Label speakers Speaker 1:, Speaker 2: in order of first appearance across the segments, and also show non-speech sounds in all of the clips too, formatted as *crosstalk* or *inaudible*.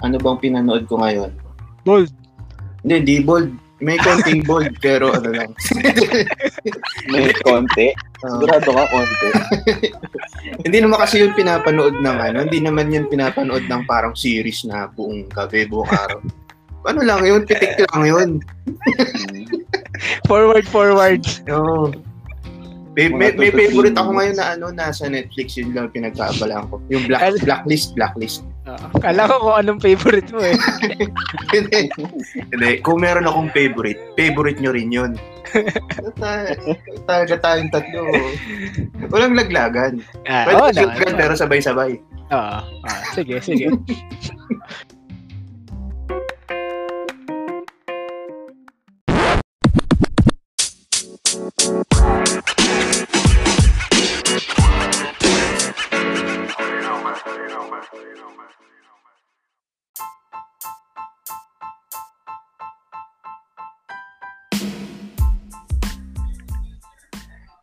Speaker 1: Ano bang pinanood ko ngayon?
Speaker 2: Bold.
Speaker 1: Hindi, di bold. May konting bold, pero ano lang.
Speaker 3: *laughs* May konti.
Speaker 1: Ah.
Speaker 3: Sigurado ka, konti.
Speaker 1: hindi naman kasi yun pinapanood ng ano, hindi naman yun pinapanood ng parang series na buong gabi, buong araw. Ano lang yun, pitik lang yun.
Speaker 2: Forward, forward.
Speaker 1: Oo. May, may,
Speaker 3: Mga
Speaker 1: may
Speaker 3: two to
Speaker 1: favorite
Speaker 3: three
Speaker 1: ako
Speaker 3: minutes.
Speaker 1: ngayon na ano, nasa Netflix yun lang pinagkaabalaan ko. Yung black,
Speaker 2: Al-
Speaker 1: blacklist, blacklist.
Speaker 2: Ah, kala ko kung anong favorite mo eh.
Speaker 1: Hindi. Hindi. Kung meron akong favorite, favorite nyo rin yun. Ta- Talaga tayong tatlo. Walang laglagan.
Speaker 2: Ah,
Speaker 1: Pwede
Speaker 2: oo
Speaker 1: oh,
Speaker 2: naman.
Speaker 1: no, pero sabay-sabay.
Speaker 2: Oo. Ah, sige, sige. *laughs*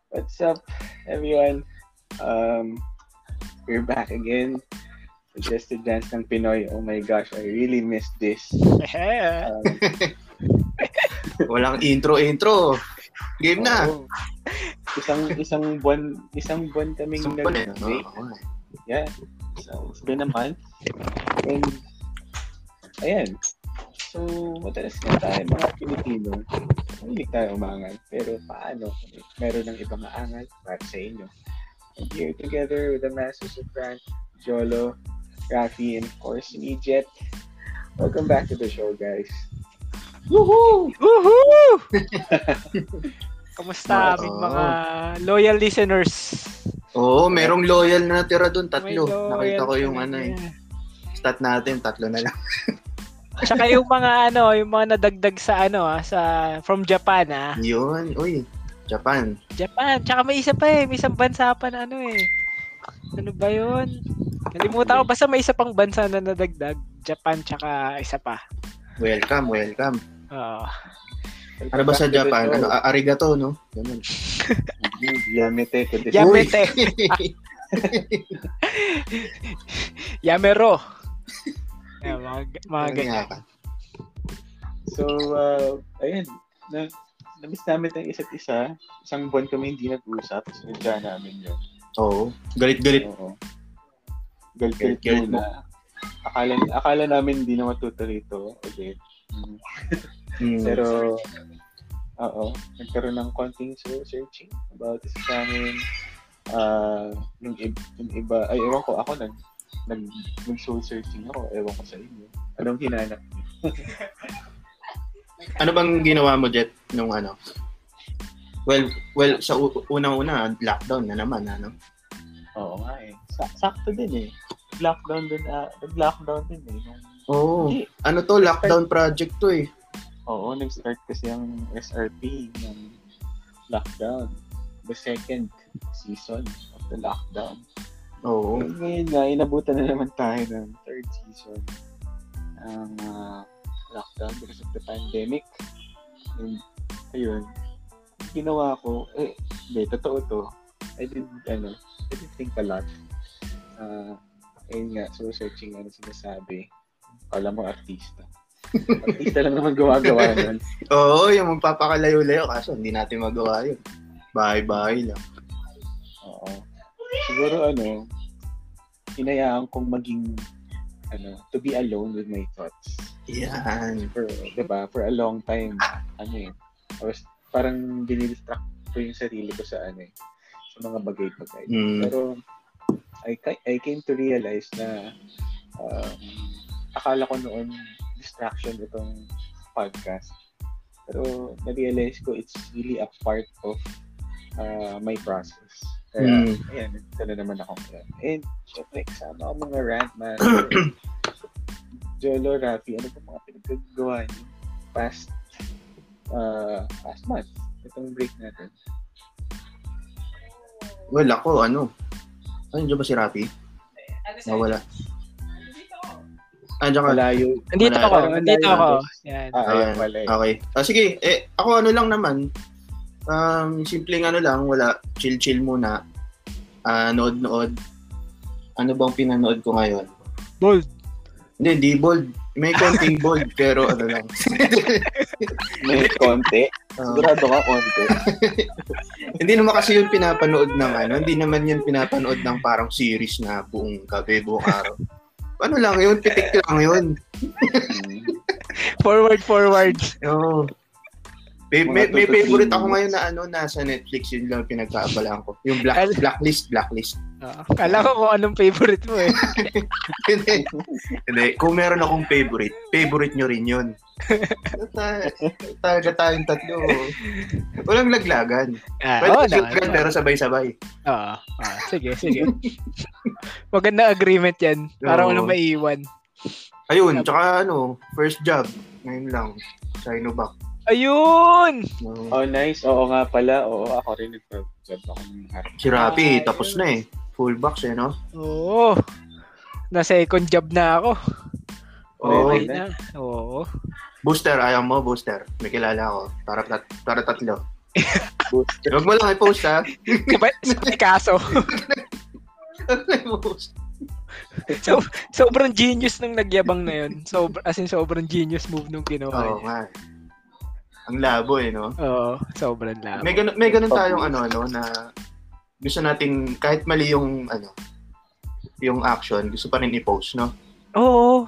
Speaker 3: What's up, everyone? Um, we're back again. Suggested Dance ng Pinoy. Oh my gosh, I really missed this.
Speaker 2: Eh,
Speaker 1: *laughs*
Speaker 3: Um,
Speaker 1: Walang intro-intro. Game na.
Speaker 3: oo. oh. Isang isang buwan, isang buwan kaming
Speaker 1: Isang pa na, no?
Speaker 3: nag-break. Yeah. So, it's been a month. And, ayan. So, madalas na tayo mga Pilipino. Hindi tayo umangat. Pero paano? Meron ng ibang aangat para sa inyo. And here together with the Masters of Frank, Jolo, Rafi, and of course, me, Jet. Welcome back to the show, guys. Woohoo!
Speaker 1: *laughs*
Speaker 2: Woohoo! Kamusta
Speaker 1: Oo.
Speaker 2: aming mga loyal listeners?
Speaker 1: Oo, merong loyal na natira doon,
Speaker 2: May
Speaker 1: tatlo.
Speaker 2: loyal
Speaker 1: Nakita ko yung ano eh.
Speaker 2: talaga.
Speaker 1: Stat natin, tatlo na lang. *laughs*
Speaker 2: Tsaka yung mga ano, yung mga nadagdag sa ano, ah, sa from Japan ah.
Speaker 1: Yun, uy. Japan.
Speaker 2: Japan. Tsaka may isa pa eh. May isang bansa pa na ano eh. Ano ba yun? Kalimutan ko. Basta may isa pang bansa na nadagdag. Japan tsaka isa pa.
Speaker 1: Welcome, welcome.
Speaker 2: Oo.
Speaker 3: Welcome
Speaker 1: Ano ba
Speaker 3: back
Speaker 1: sa
Speaker 3: to the
Speaker 1: Japan?
Speaker 3: show.
Speaker 1: Ano, a- arigato, no? Ganun.
Speaker 3: Mhm, Yamete to
Speaker 1: Uy!
Speaker 3: the
Speaker 1: *laughs*
Speaker 2: Yamete.
Speaker 1: *laughs*
Speaker 2: Yamero. Ayan, mga, mga
Speaker 1: Ano
Speaker 2: Ah, ganyan.
Speaker 1: nga ka?
Speaker 3: So, uh, ayun. Na, namiss namin ang isa't isa. Isang buwan kami hindi nag-usap. Sinadya namin yun.
Speaker 1: Oo. Galit-galit.
Speaker 3: Oo. Galit-galit
Speaker 1: Galit-galit
Speaker 3: mo na. Akala, akala namin hindi na matutuloy ito ulit. Mm.
Speaker 1: Mm.
Speaker 3: Pero, oo. Nagkaroon ng konting soul searching about isa sa amin. Ah, yung, ib- yung iba, ay ewan ko, ako nag, nag, nag soul searching ako. Ewan ko sa inyo. Anong hinanap?
Speaker 1: Ano bang ginawa mo, Jet, nung ano? Well, well sa u- unang-una, lockdown na naman, ano?
Speaker 3: Oo nga eh. Sa- sakto din eh. Lockdown din, ah, nag-lockdown din eh. Nung,
Speaker 1: Oo.
Speaker 3: Hindi.
Speaker 1: Ano to? Lockdown project to eh.
Speaker 3: oo, nag-start kasi ang SRP ng lockdown. The second season of the lockdown.
Speaker 1: Oo.
Speaker 3: And ngayon nga, inabutan na naman tayo ng third season ng ah, lockdown because of the pandemic. And, ayun, ginawa ko, eh, hindi, totoo to. I did, ano, I did think a lot. Ah, ayun nga, so searching ano sinasabi. Kala mo artista. artista lang naman gawa-gawa nun.
Speaker 1: Oo, yung magpapakalayo-layo kaso hindi natin magawa yun. Bye-bye lang.
Speaker 3: Oo. Siguro ano, hinayaan kong maging, ano, to be alone with my thoughts.
Speaker 1: Yan.
Speaker 3: for, 'di ba, for a long time, ano eh, I was, parang dinidistract ko yung sarili ko sa ano eh, sa mga bagay-bagay.
Speaker 1: Mm.
Speaker 3: Pero, I, ca- I came to realize na, um, akala ko noon, distraction itong podcast. Pero, na-realize ko, it's really a part of uh, my process. Kaya,
Speaker 1: Mm.
Speaker 3: ayan, nandito na naman ako ngayon. And, syempre, kasama ko mga rant master. Jolo, Rafi, ano ba mga pinagagawa niyo past uh, past month? Itong break natin.
Speaker 1: Well, ako, ano? Ano dyan ba si Rafi? Nawala. Ah, dyan ka.
Speaker 3: Malayo.
Speaker 2: Nandito
Speaker 1: Wala,
Speaker 2: ako.
Speaker 3: parang
Speaker 2: Nandito
Speaker 3: wala
Speaker 2: ako.
Speaker 3: yun.
Speaker 2: Yan.
Speaker 3: Ah, ayan pala eh.
Speaker 1: Okay. Ah, sige, eh, ako ano lang naman, um, simpleng ano lang, wala, chill-chill muna, ah, nood-nood, ano bang pinanood ko ngayon?
Speaker 2: Bold.
Speaker 1: Hindi, di bold. May konting bold, pero ano lang.
Speaker 3: May konti.
Speaker 1: Um,
Speaker 3: Sigurado ka, konti.
Speaker 1: hindi naman kasi yun pinapanood ng ano, hindi naman yun pinapanood ng parang series na buong gabi, buong araw. Ano lang yun, pitik lang yun.
Speaker 3: Mm.
Speaker 2: Forward,
Speaker 1: *laughs*
Speaker 2: forward.
Speaker 1: Oo. May,
Speaker 3: Mga
Speaker 1: may, may
Speaker 3: two to three
Speaker 1: favorite ako
Speaker 3: minutes.
Speaker 1: ngayon na ano, nasa Netflix, yun lang pinagkaabalaan ko. Yung black,
Speaker 2: Al-
Speaker 1: blacklist, blacklist. *laughs*
Speaker 2: Oo. Ah. Kala ko kung anong favorite mo eh.
Speaker 1: Hindi. Hindi, kung meron akong favorite, favorite nyo rin yun. Ta- Talaga tayong tatlo. Walang laglagan.
Speaker 2: Ah,
Speaker 1: Pwede
Speaker 2: oo
Speaker 1: kasi
Speaker 2: naman.
Speaker 1: laglagan, pero sabay-sabay.
Speaker 2: Oo. Ah, sige,
Speaker 1: *laughs*
Speaker 2: sige. Maganda agreement yan. Para
Speaker 1: Oo.
Speaker 2: walang maiiwan.
Speaker 1: Ayun, tsaka ano, first job. Ngayon lang, Sinovac.
Speaker 2: Ayun!
Speaker 1: No.
Speaker 3: Oh, nice. Oo nga pala. Oo, ako rin nag-job ako ng araw.
Speaker 1: Si Rapi,
Speaker 2: Ayun.
Speaker 1: tapos na eh. Full box eh, no?
Speaker 2: Oo. Na second job na ako.
Speaker 1: Oo.
Speaker 2: Oh, Okay na.
Speaker 1: Oh,
Speaker 2: Oo.
Speaker 1: Booster, ayaw mo, booster. May kilala ako. Para, tat- para tatlo.
Speaker 3: Booster.
Speaker 1: Huwag mo lang i-post, ha?
Speaker 2: Kapat sa Picasso.
Speaker 1: I-post.
Speaker 2: so, sobrang genius ng nagyabang na yun. Sobr- as in, sobrang genius move nung
Speaker 1: *laughs* Oo
Speaker 2: ginawa niya.
Speaker 1: nga. Ang labo eh, no?
Speaker 2: Oo, sobrang labo.
Speaker 1: May ganun, may ganun tayong ano, ano, na gusto natin, kahit mali yung, ano, yung action, gusto pa rin i-post, no?
Speaker 2: Oo.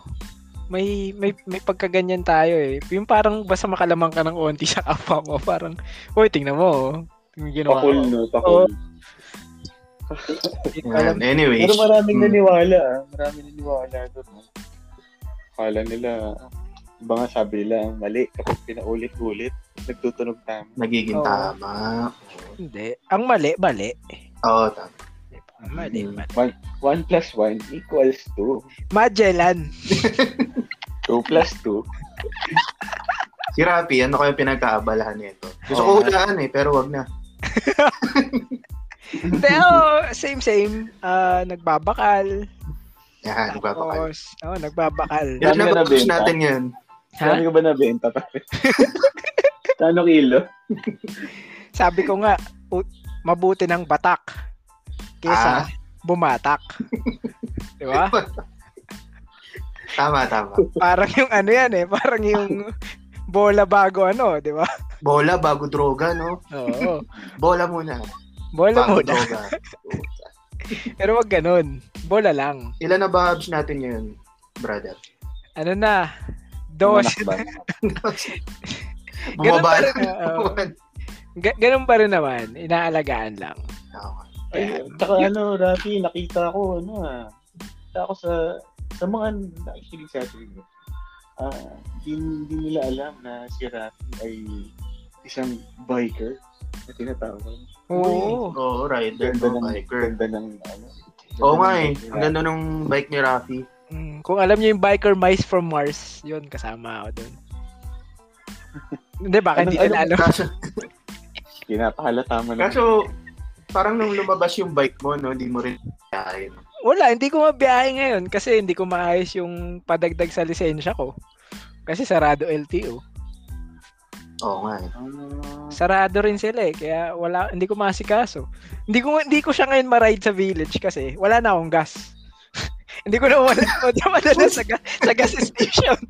Speaker 2: May, may, may pagkaganyan tayo eh. Yung parang basta makalamang ka ng onti sa kapwa mo. Parang, uy, tingnan mo. oh. Yung ginawa
Speaker 3: Pakul,
Speaker 2: ko.
Speaker 3: no? Pakul.
Speaker 2: Hindi ko alam.
Speaker 1: Ayan. Anyways.
Speaker 3: Pero maraming
Speaker 1: mm.
Speaker 3: naniwala. ah. Maraming naniwala doon. ah. Akala nila, iba nga sabi nila, ang mali kapag pinaulit-ulit, nagtutunog tama.
Speaker 1: Nagiging
Speaker 2: Oo.
Speaker 1: tama.
Speaker 2: Hindi. Ang mali, mali.
Speaker 1: Oo, tama.
Speaker 2: Ang mali,
Speaker 1: Mm.
Speaker 2: mali.
Speaker 3: One, one plus one equals two.
Speaker 1: *laughs*
Speaker 2: Magellan.
Speaker 3: Two plus two.
Speaker 1: Si Rapi, ano kayo pinagkaabalahan nito? Gusto ko
Speaker 3: Oo.
Speaker 1: hulaan eh, pero wag na.
Speaker 2: Pero, same, same. Ah, nagbabakal.
Speaker 1: Yan, nagbabakal.
Speaker 2: Tapos, Oo, nagbabakal.
Speaker 1: Yan
Speaker 3: Dami
Speaker 1: na
Speaker 3: ka na
Speaker 1: ba-post
Speaker 3: benta?
Speaker 1: natin yan?
Speaker 2: Ha?
Speaker 3: Kami ko ba nabenta pa?
Speaker 2: *laughs*
Speaker 3: Kano kilo?
Speaker 2: Sabi ko nga, u- mabuti ng batak
Speaker 1: Ah.
Speaker 2: kesa bumatak. Di ba?
Speaker 1: *laughs* Tama, tama.
Speaker 2: Parang yung ano yan eh, parang yung bola bago ano, di ba?
Speaker 1: Bola bago droga, no?
Speaker 2: Oo.
Speaker 1: Bola muna.
Speaker 2: Bola
Speaker 1: bago
Speaker 2: muna.
Speaker 1: droga.
Speaker 2: Pero wag ganun. Bola lang.
Speaker 1: Ilan na ba abs natin ngayon, brother?
Speaker 2: Ano na? Dos.
Speaker 3: Manakbang.
Speaker 2: Ganun pa
Speaker 1: Bumaba
Speaker 2: rin.
Speaker 1: lang.
Speaker 2: oo. Ga- ganun pa rin naman. Inaalagaan lang.
Speaker 1: *laughs* Oo.
Speaker 3: Ay, tsaka ano, Rafi, nakita ko, ano ah, nakita ko sa, sa mga nakikinig sa atin, ah, di, di nila alam na si Rafi ay isang biker na tinatawag.
Speaker 2: Oo.
Speaker 1: Oo, rider,
Speaker 3: Ganda
Speaker 1: no?
Speaker 3: ng,
Speaker 1: biker.
Speaker 3: ganda ng, ano. ganda
Speaker 1: Oo nga
Speaker 3: ng
Speaker 1: eh.
Speaker 3: bike ni
Speaker 1: Ang
Speaker 3: Rafi.
Speaker 1: ganda nung bike ni
Speaker 2: *laughs*
Speaker 1: Rafi.
Speaker 2: Mm, kung alam niyo yung biker mice from Mars, yun kasama ako doon. Hindi, baka
Speaker 3: Anong-
Speaker 2: hindi nila alam.
Speaker 1: Kaso,
Speaker 3: Pinapahalata mo na.
Speaker 1: kaso parang nung lumabas yung bike mo, no? Hindi mo rin kaya. eh.
Speaker 2: Wala, hindi ko mabiyahe ngayon kasi hindi ko maayos yung padagdag sa lisensya ko. Kasi sarado LTO.
Speaker 1: Oo nga eh.
Speaker 3: Ah,
Speaker 2: Sarado rin sila eh, kaya wala, hindi ko masikaso. Hindi ko, hindi ko siya ngayon ma-ride sa village kasi wala na akong gas. *laughs* hindi ko na wala, *laughs* wala na sa, ga- sa gas station.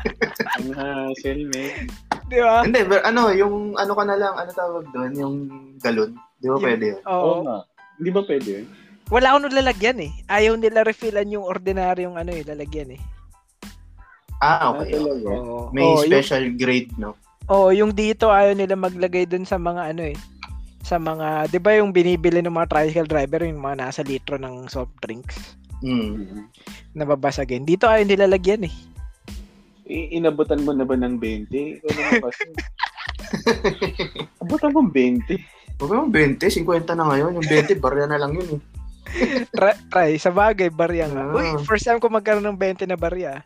Speaker 2: *laughs*
Speaker 3: Ang hassle,
Speaker 1: *laughs*
Speaker 3: man.
Speaker 2: Di ba?
Speaker 1: Hindi, pero ano, yung ano ka na lang, ano tawag doon, yung galon. Di ba
Speaker 2: Yung-
Speaker 1: pwede yun?
Speaker 3: Oo
Speaker 2: Oo.
Speaker 3: nga. Hindi ba pwede yun?
Speaker 2: Wala akong nilalagyan eh. Ayaw nila refillan yung ordinaryong ano eh, lalagyan eh.
Speaker 1: Ah, okay. okay.
Speaker 3: Ah, talaga.
Speaker 2: Oo.
Speaker 1: May
Speaker 2: Oo, yung-
Speaker 1: special grade, no?
Speaker 2: Oo, yung dito ayaw nila maglagay dun sa mga ano eh. Sa mga, di ba yung binibili ng mga tricycle driver, yung mga nasa litro ng soft drinks,
Speaker 1: Mm.
Speaker 3: Mhm.
Speaker 2: nababasagin. Dito ayaw nila lagyan eh. *laughs*
Speaker 3: I- inabutan mo na ba ng 20? Ikaw naman
Speaker 1: *laughs*
Speaker 3: kasi. Abutan mo 20.
Speaker 1: Huwag mo 20, 50 na ngayon. Yung *laughs* 20, barya na lang yun eh.
Speaker 2: Try, try sa bagay, barya nga.
Speaker 1: Ah.
Speaker 2: Uy, first time ko magkaroon ng 20 na barya.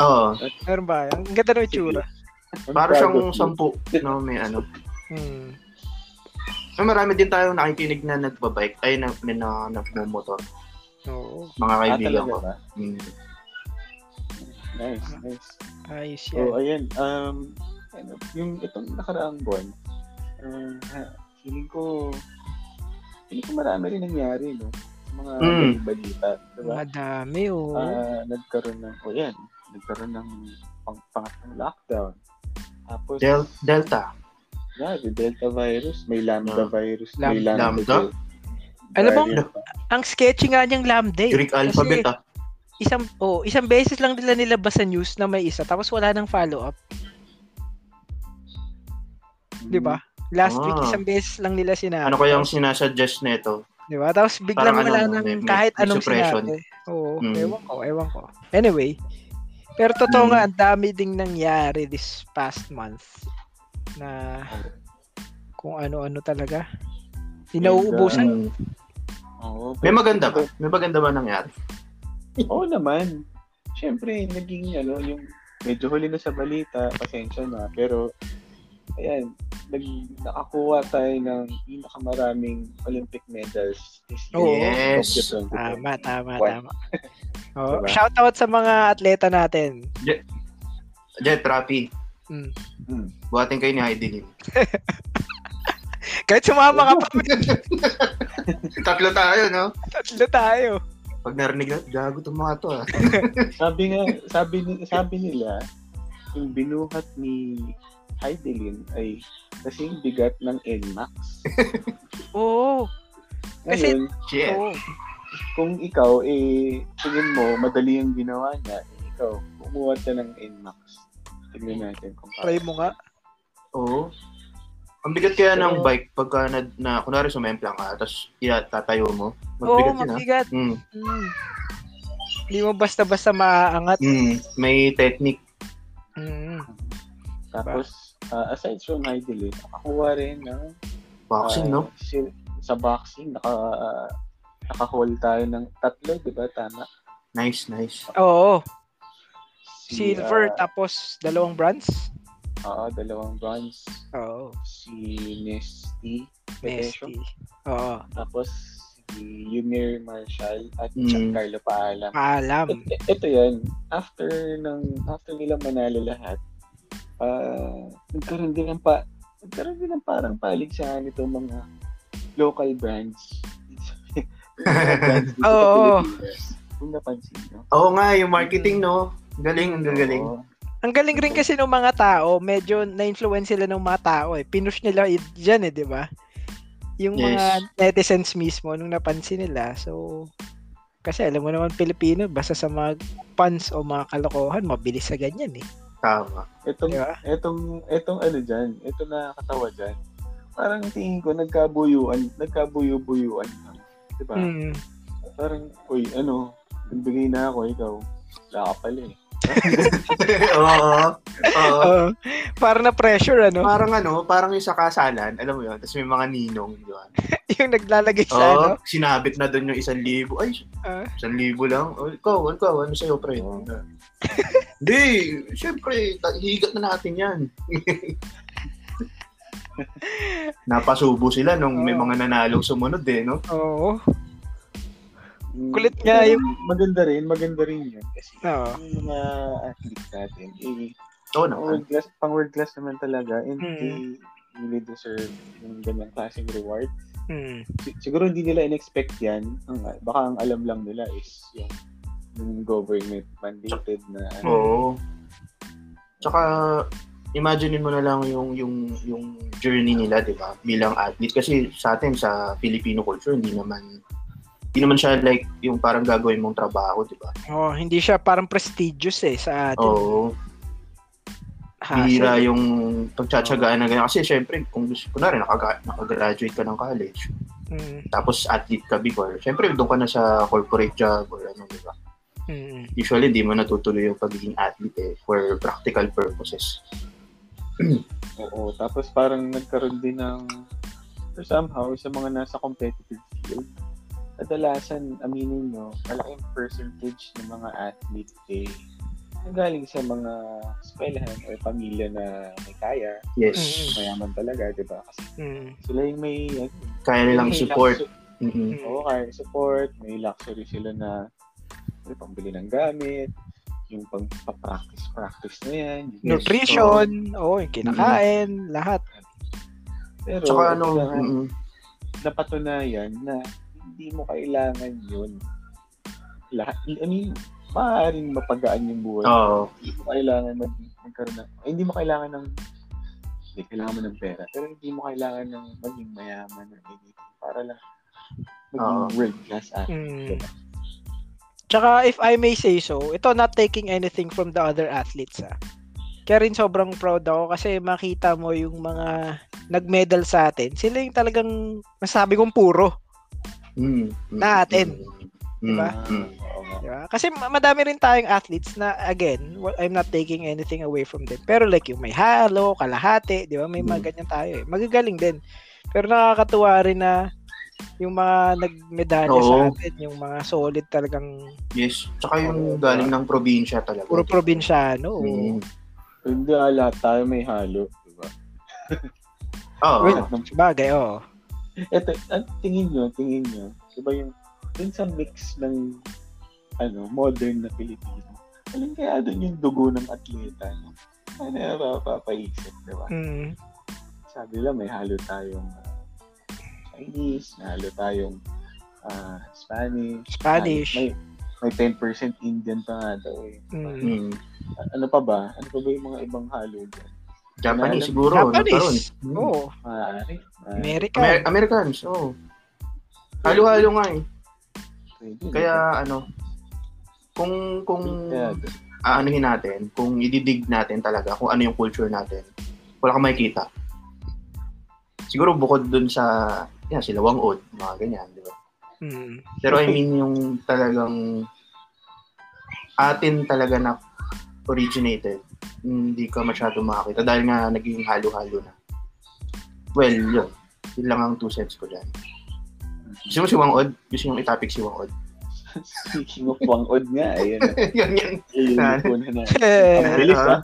Speaker 1: Oo.
Speaker 2: Meron ba? Ang ganda ng itsura.
Speaker 1: Para siyang
Speaker 3: sampu.
Speaker 1: 10, no? May ano.
Speaker 2: Hmm.
Speaker 1: May marami din tayong nakikinig na nagbabike. Ay, na, may na, nagmumotor.
Speaker 2: Oo,
Speaker 1: Mga
Speaker 3: Ah,
Speaker 1: kaibigan
Speaker 3: talaga
Speaker 1: ko.
Speaker 3: ba?
Speaker 1: Mm.
Speaker 3: Nice, nice.
Speaker 2: ayos
Speaker 3: So,
Speaker 2: yan.
Speaker 3: ayan. Um, ano, yung itong nakaraang buwan, uh, um, ha, feeling ko, feeling ko marami rin nangyari, no? mga
Speaker 1: Mm.
Speaker 3: balita, di ba?
Speaker 2: Madami, oh.
Speaker 3: Ah, nagkaroon ng, o yan, nagkaroon ng pang pangatlong lockdown. Tapos,
Speaker 1: Del- Delta.
Speaker 3: yeah, the Delta virus, may Lambda virus, may
Speaker 2: Lam-
Speaker 3: Lambda.
Speaker 1: Lambda?
Speaker 2: Ano bang-
Speaker 3: virus.
Speaker 2: Ang sketchy nga niyang lambda, eh.
Speaker 1: Greek alphabet, ah.
Speaker 2: Isang, oh, isang beses lang nila nilabas sa news na may isa, tapos wala nang follow-up, di ba?
Speaker 3: Hmm.
Speaker 2: Last
Speaker 1: Ah.
Speaker 2: week, isang beses lang nila sinabi.
Speaker 1: Ano kaya ang sinasuggest nito?
Speaker 2: Di ba? Tapos biglang
Speaker 1: Parang
Speaker 2: wala
Speaker 1: ano,
Speaker 2: nang
Speaker 1: may- may-
Speaker 2: kahit
Speaker 1: may
Speaker 2: anong
Speaker 1: suppression.
Speaker 2: sinabi. Oo,
Speaker 1: Mm.
Speaker 2: ewan ko, ewan ko. Anyway, pero totoo
Speaker 1: Mm.
Speaker 2: nga, ang dami ding nangyari this past month na kung ano-ano talaga. Hinauubusan.
Speaker 1: Mm.
Speaker 3: Oo,
Speaker 1: May
Speaker 3: pero-
Speaker 1: maganda ba? May maganda ba nangyari?
Speaker 3: Oo naman. Siyempre, naging ano, yung medyo huli na sa balita, pasensya na. Pero, ayan, nag, nakakuha tayo ng pinakamaraming Olympic medals this year.
Speaker 2: Oo.
Speaker 1: Yes.
Speaker 2: Tama, tama,
Speaker 3: Why?
Speaker 2: tama. Oh,
Speaker 3: Diba?
Speaker 2: shout out sa mga atleta natin. *laughs*
Speaker 1: Jet, Rapi.
Speaker 2: Mm.
Speaker 3: Hmm.
Speaker 1: Buhatin kayo ni Heidi Lim.
Speaker 2: Kahit sumama ka pa,
Speaker 1: Tatlo tayo, no?
Speaker 2: tatlo tayo.
Speaker 1: Pag narinig na, gago itong mga to, ah.
Speaker 3: Sabi nga, sabi, ni- sabi nila, yung binuhat ni Heidelin ay kasing bigat ng NMAX.
Speaker 2: Oo, Kasi-
Speaker 3: Ngayon,
Speaker 1: Shit.
Speaker 2: oo.
Speaker 3: kung ikaw, eh, tingin mo, madali yung ginawa niya, eh, ikaw, kumuha ka ng NMAX. Tignan natin kung paano.
Speaker 2: Try mo nga.
Speaker 1: Oo. Ang bigat kaya ng
Speaker 3: Pero-
Speaker 1: bike pagka na, na kunwari sumemplang ka, tapos iya, tatayo mo.
Speaker 2: Oo,
Speaker 1: Magbigat yun, ah.
Speaker 2: mabigat.
Speaker 1: Mm.
Speaker 2: Mm. Hindi mo basta-basta maaangat.
Speaker 1: Mm. May technique.
Speaker 2: Mm.
Speaker 3: Tapos, uh, aside from high delay, nakakuha rin ng...
Speaker 1: Boxing, no?
Speaker 3: uh, sil- sa boxing, naka, uh, nakahold tayo ng tatlo, di ba? Tama.
Speaker 1: Nice, nice.
Speaker 2: Oo.
Speaker 3: Si,
Speaker 2: Silver,
Speaker 3: ah,
Speaker 2: tapos dalawang bronze.
Speaker 3: Oo, dalawang bronze.
Speaker 2: Oo.
Speaker 3: Si Nesty. Pedesio.
Speaker 2: Nasty. Oo.
Speaker 3: Tapos, si Yumir Marshall at
Speaker 1: Mm.
Speaker 3: Giancarlo Paalam.
Speaker 2: Paalam.
Speaker 3: Ito, ito yan, after ng after nilang manalo lahat, ah nagkaroon din ng pa nagkaroon din ng parang paligsahan itong mga local
Speaker 1: *laughs*
Speaker 3: brands. Local brands dito sa
Speaker 2: Oo.
Speaker 3: Pilipinas. Kung napansin nyo.
Speaker 1: Oo nga, yung marketing, no? Galing, ang gagaling.
Speaker 3: Oo.
Speaker 2: Ang galing rin kasi ng mga tao, medyo na-influence sila ng mga tao eh. Pinush nila i- dyan eh, di ba? Yung
Speaker 1: Yes.
Speaker 2: mga netizens mismo nung napansin nila. So, kasi alam mo naman Pilipino, basta sa mga puns o mga kalokohan, mabilis sa ganyan eh.
Speaker 1: Tama. *laughs*
Speaker 3: Itong,
Speaker 2: Di ba?
Speaker 3: itong, itong ano dyan, ito na katawa dyan. Parang tingin ko nagkabuyuan, nagkabuyo-buyuan. lang. Diba?
Speaker 1: Hmm.
Speaker 2: Mm.
Speaker 3: Parang, uy, ano, nagbigay na ako, ikaw. Wala ka pala eh.
Speaker 1: *laughs* Oo. Oo.
Speaker 2: *laughs* Oo. para na pressure ano,
Speaker 1: Parang ano, parang yung sa kasalan, alam mo yun, tapos may mga ninong, di ba?
Speaker 2: *laughs* yung naglalagay sa ano.
Speaker 1: Oo, sinabit na doon yung isang libo. Ay,
Speaker 2: Ah.
Speaker 1: isang libo lang. Oh, ikaw, ikaw, ano sa'yo, pre?
Speaker 3: Oo.
Speaker 1: *laughs* Hindi, syempre, ta- higat na natin yan. Napasubo sila nung may
Speaker 2: Oo.
Speaker 1: mga nanalong sumunod eh, no?
Speaker 2: Oo.
Speaker 3: Mm,
Speaker 2: Kulit nga
Speaker 3: pero Maganda rin, maganda rin yun. Kasi
Speaker 2: Oo.
Speaker 3: yung mga athletes natin,
Speaker 1: Oo
Speaker 3: eh, pang
Speaker 1: naman.
Speaker 3: world class, pang world class naman talaga and
Speaker 2: Mm.
Speaker 3: they really deserve yung ganyang klaseng reward.
Speaker 2: Mm.
Speaker 3: Si- siguro hindi nila in-expect yan. Ang, baka ang alam lang nila is yung, yung government mandated na ano.
Speaker 1: Oo. Tsaka, imaginein mo na lang yung yung yung journey nila, 'di ba? Bilang athlete kasi sa atin sa Filipino culture hindi naman hindi naman siya like yung parang gagawin mong trabaho, 'di ba?
Speaker 2: Oh, hindi siya parang prestigious eh sa atin.
Speaker 1: Oo. Bihira
Speaker 2: Hassle.
Speaker 1: yung pagtsatsagaan na ganyan. Kasi syempre, kung gusto, kunwari, nakaga, nakagraduate ka ng college,
Speaker 2: Mm,
Speaker 1: tapos athlete ka before, syempre, doon ka na sa corporate job or ano, di ba?
Speaker 2: mm,
Speaker 1: Usually, hindi mo natutuloy yung pagiging athlete eh, for practical purposes.
Speaker 3: Oo, tapos parang nagkaroon din ng or somehow sa mga nasa competitive field. Kadalasan, aminin nyo, malaking percentage ng mga athlete eh, ang galing sa mga eskwelahan or pamilya na may kaya,
Speaker 1: Yes.
Speaker 2: Mm-mm.
Speaker 3: mayaman talaga, di ba? Kasi
Speaker 2: mm,
Speaker 3: sila yung may, ano,
Speaker 1: Kaya nilang
Speaker 3: may
Speaker 1: support. Mm-hmm.
Speaker 3: luxu-
Speaker 1: Mm-mm.
Speaker 2: mm.
Speaker 3: Oo, kaya support, may luxury sila na ano, pambili ng gamit, yung pang pa-practice-practice na yan. yung-
Speaker 1: Yes, Mm.
Speaker 2: Nutrition, oo, yung kinakain, lahat.
Speaker 3: Pero,
Speaker 1: Tsaka
Speaker 3: ito
Speaker 1: ano,
Speaker 3: na nga,
Speaker 1: mm-mm.
Speaker 3: napatunayan na hindi mo kailangan yun. Lahat, I mean, maaaring mapagaan yung buhay.
Speaker 1: Oo.
Speaker 3: Hindi mo kailangan mag, magkaroon ng, ay, hindi mo kailangan ng, hindi, kailangan mo ng pera. Pero hindi mo kailangan ng maging mayaman or anything. Para lang, maging
Speaker 1: Oo.
Speaker 3: world class ah. athlete.
Speaker 2: Mm. Tsaka if I may say so, ito not taking anything from the other athletes ah. Kaya rin sobrang proud ako kasi makita mo yung mga nag-medal sa atin. Sila yung talagang masabi kong puro.
Speaker 1: Mm, mm,
Speaker 2: Natin.
Speaker 1: Mm,
Speaker 2: Diba?
Speaker 1: mm.
Speaker 3: Oo nga.
Speaker 2: Di ba? Kasi ma- madami rin tayong athletes na again, wa- I'm not taking anything away from them. Pero like yung may halo, kalahati, di ba? May
Speaker 1: Mm.
Speaker 2: mga ganyan tayo eh. Magagaling din. Pero nakakatuwa rin na yung mga nagmedalya sa
Speaker 1: Oo.
Speaker 2: atin, yung mga solid talagang
Speaker 1: Yes. Tsaka yung galing ng probinsya talaga.
Speaker 2: diba? puro probinsyano. oh.
Speaker 1: Mm.
Speaker 3: Hindi, ah, lahat tayo may halo. Diba?
Speaker 1: Oo.
Speaker 2: Well, Bagay, oh. oo.
Speaker 3: Eto, at tingin nyo, tingin nyo, diba yung, dun sa mix ng, ano, modern na Pilipino, alam kaya dun yung dugo ng atleta, no? Ano na mapapaisip, diba?
Speaker 2: Mm.
Speaker 3: Sabi lang, may halo tayong ah, Chinese, may halo tayong ah, Spanish.
Speaker 2: Spanish.
Speaker 3: May, may 10% Indian pa nga daw eh.
Speaker 2: Mm.
Speaker 1: Mm.
Speaker 3: A- Ano pa ba? Ano pa ba yung mga ibang halo dyan?
Speaker 1: Japanese
Speaker 3: Wala lang.
Speaker 1: siguro. nagkaroon.
Speaker 2: Diba? Japanese.
Speaker 1: Mm.
Speaker 2: Oo.
Speaker 3: Maaari. Maaari.
Speaker 2: American.
Speaker 1: Amer- Americans, oo. Halo-halo nga eh.
Speaker 3: Pwede.
Speaker 1: Kaya ano, kung kung
Speaker 3: Kaya *laughs* dun.
Speaker 1: aanuhin natin, kung ididig natin talaga kung ano yung culture natin, wala kang makikita. Siguro bukod dun sa, yan, sila Wang Od, mga ganyan, di ba?
Speaker 2: Mm. *laughs*
Speaker 1: Pero I mean yung talagang atin talaga na originated, hindi ka masyado makakita dahil nga naging halo-halo na. Well, yun. Yun lang ang two cents ko dyan. Gusto mo si Wang Od? Gusto yung itapik si Wang Od?
Speaker 3: Speaking of Wangod nga, eh, ano?
Speaker 1: *laughs*
Speaker 3: ayun.
Speaker 1: yun, yun.
Speaker 3: Ililipo na na. Ang
Speaker 2: Eh,
Speaker 3: bilis ah.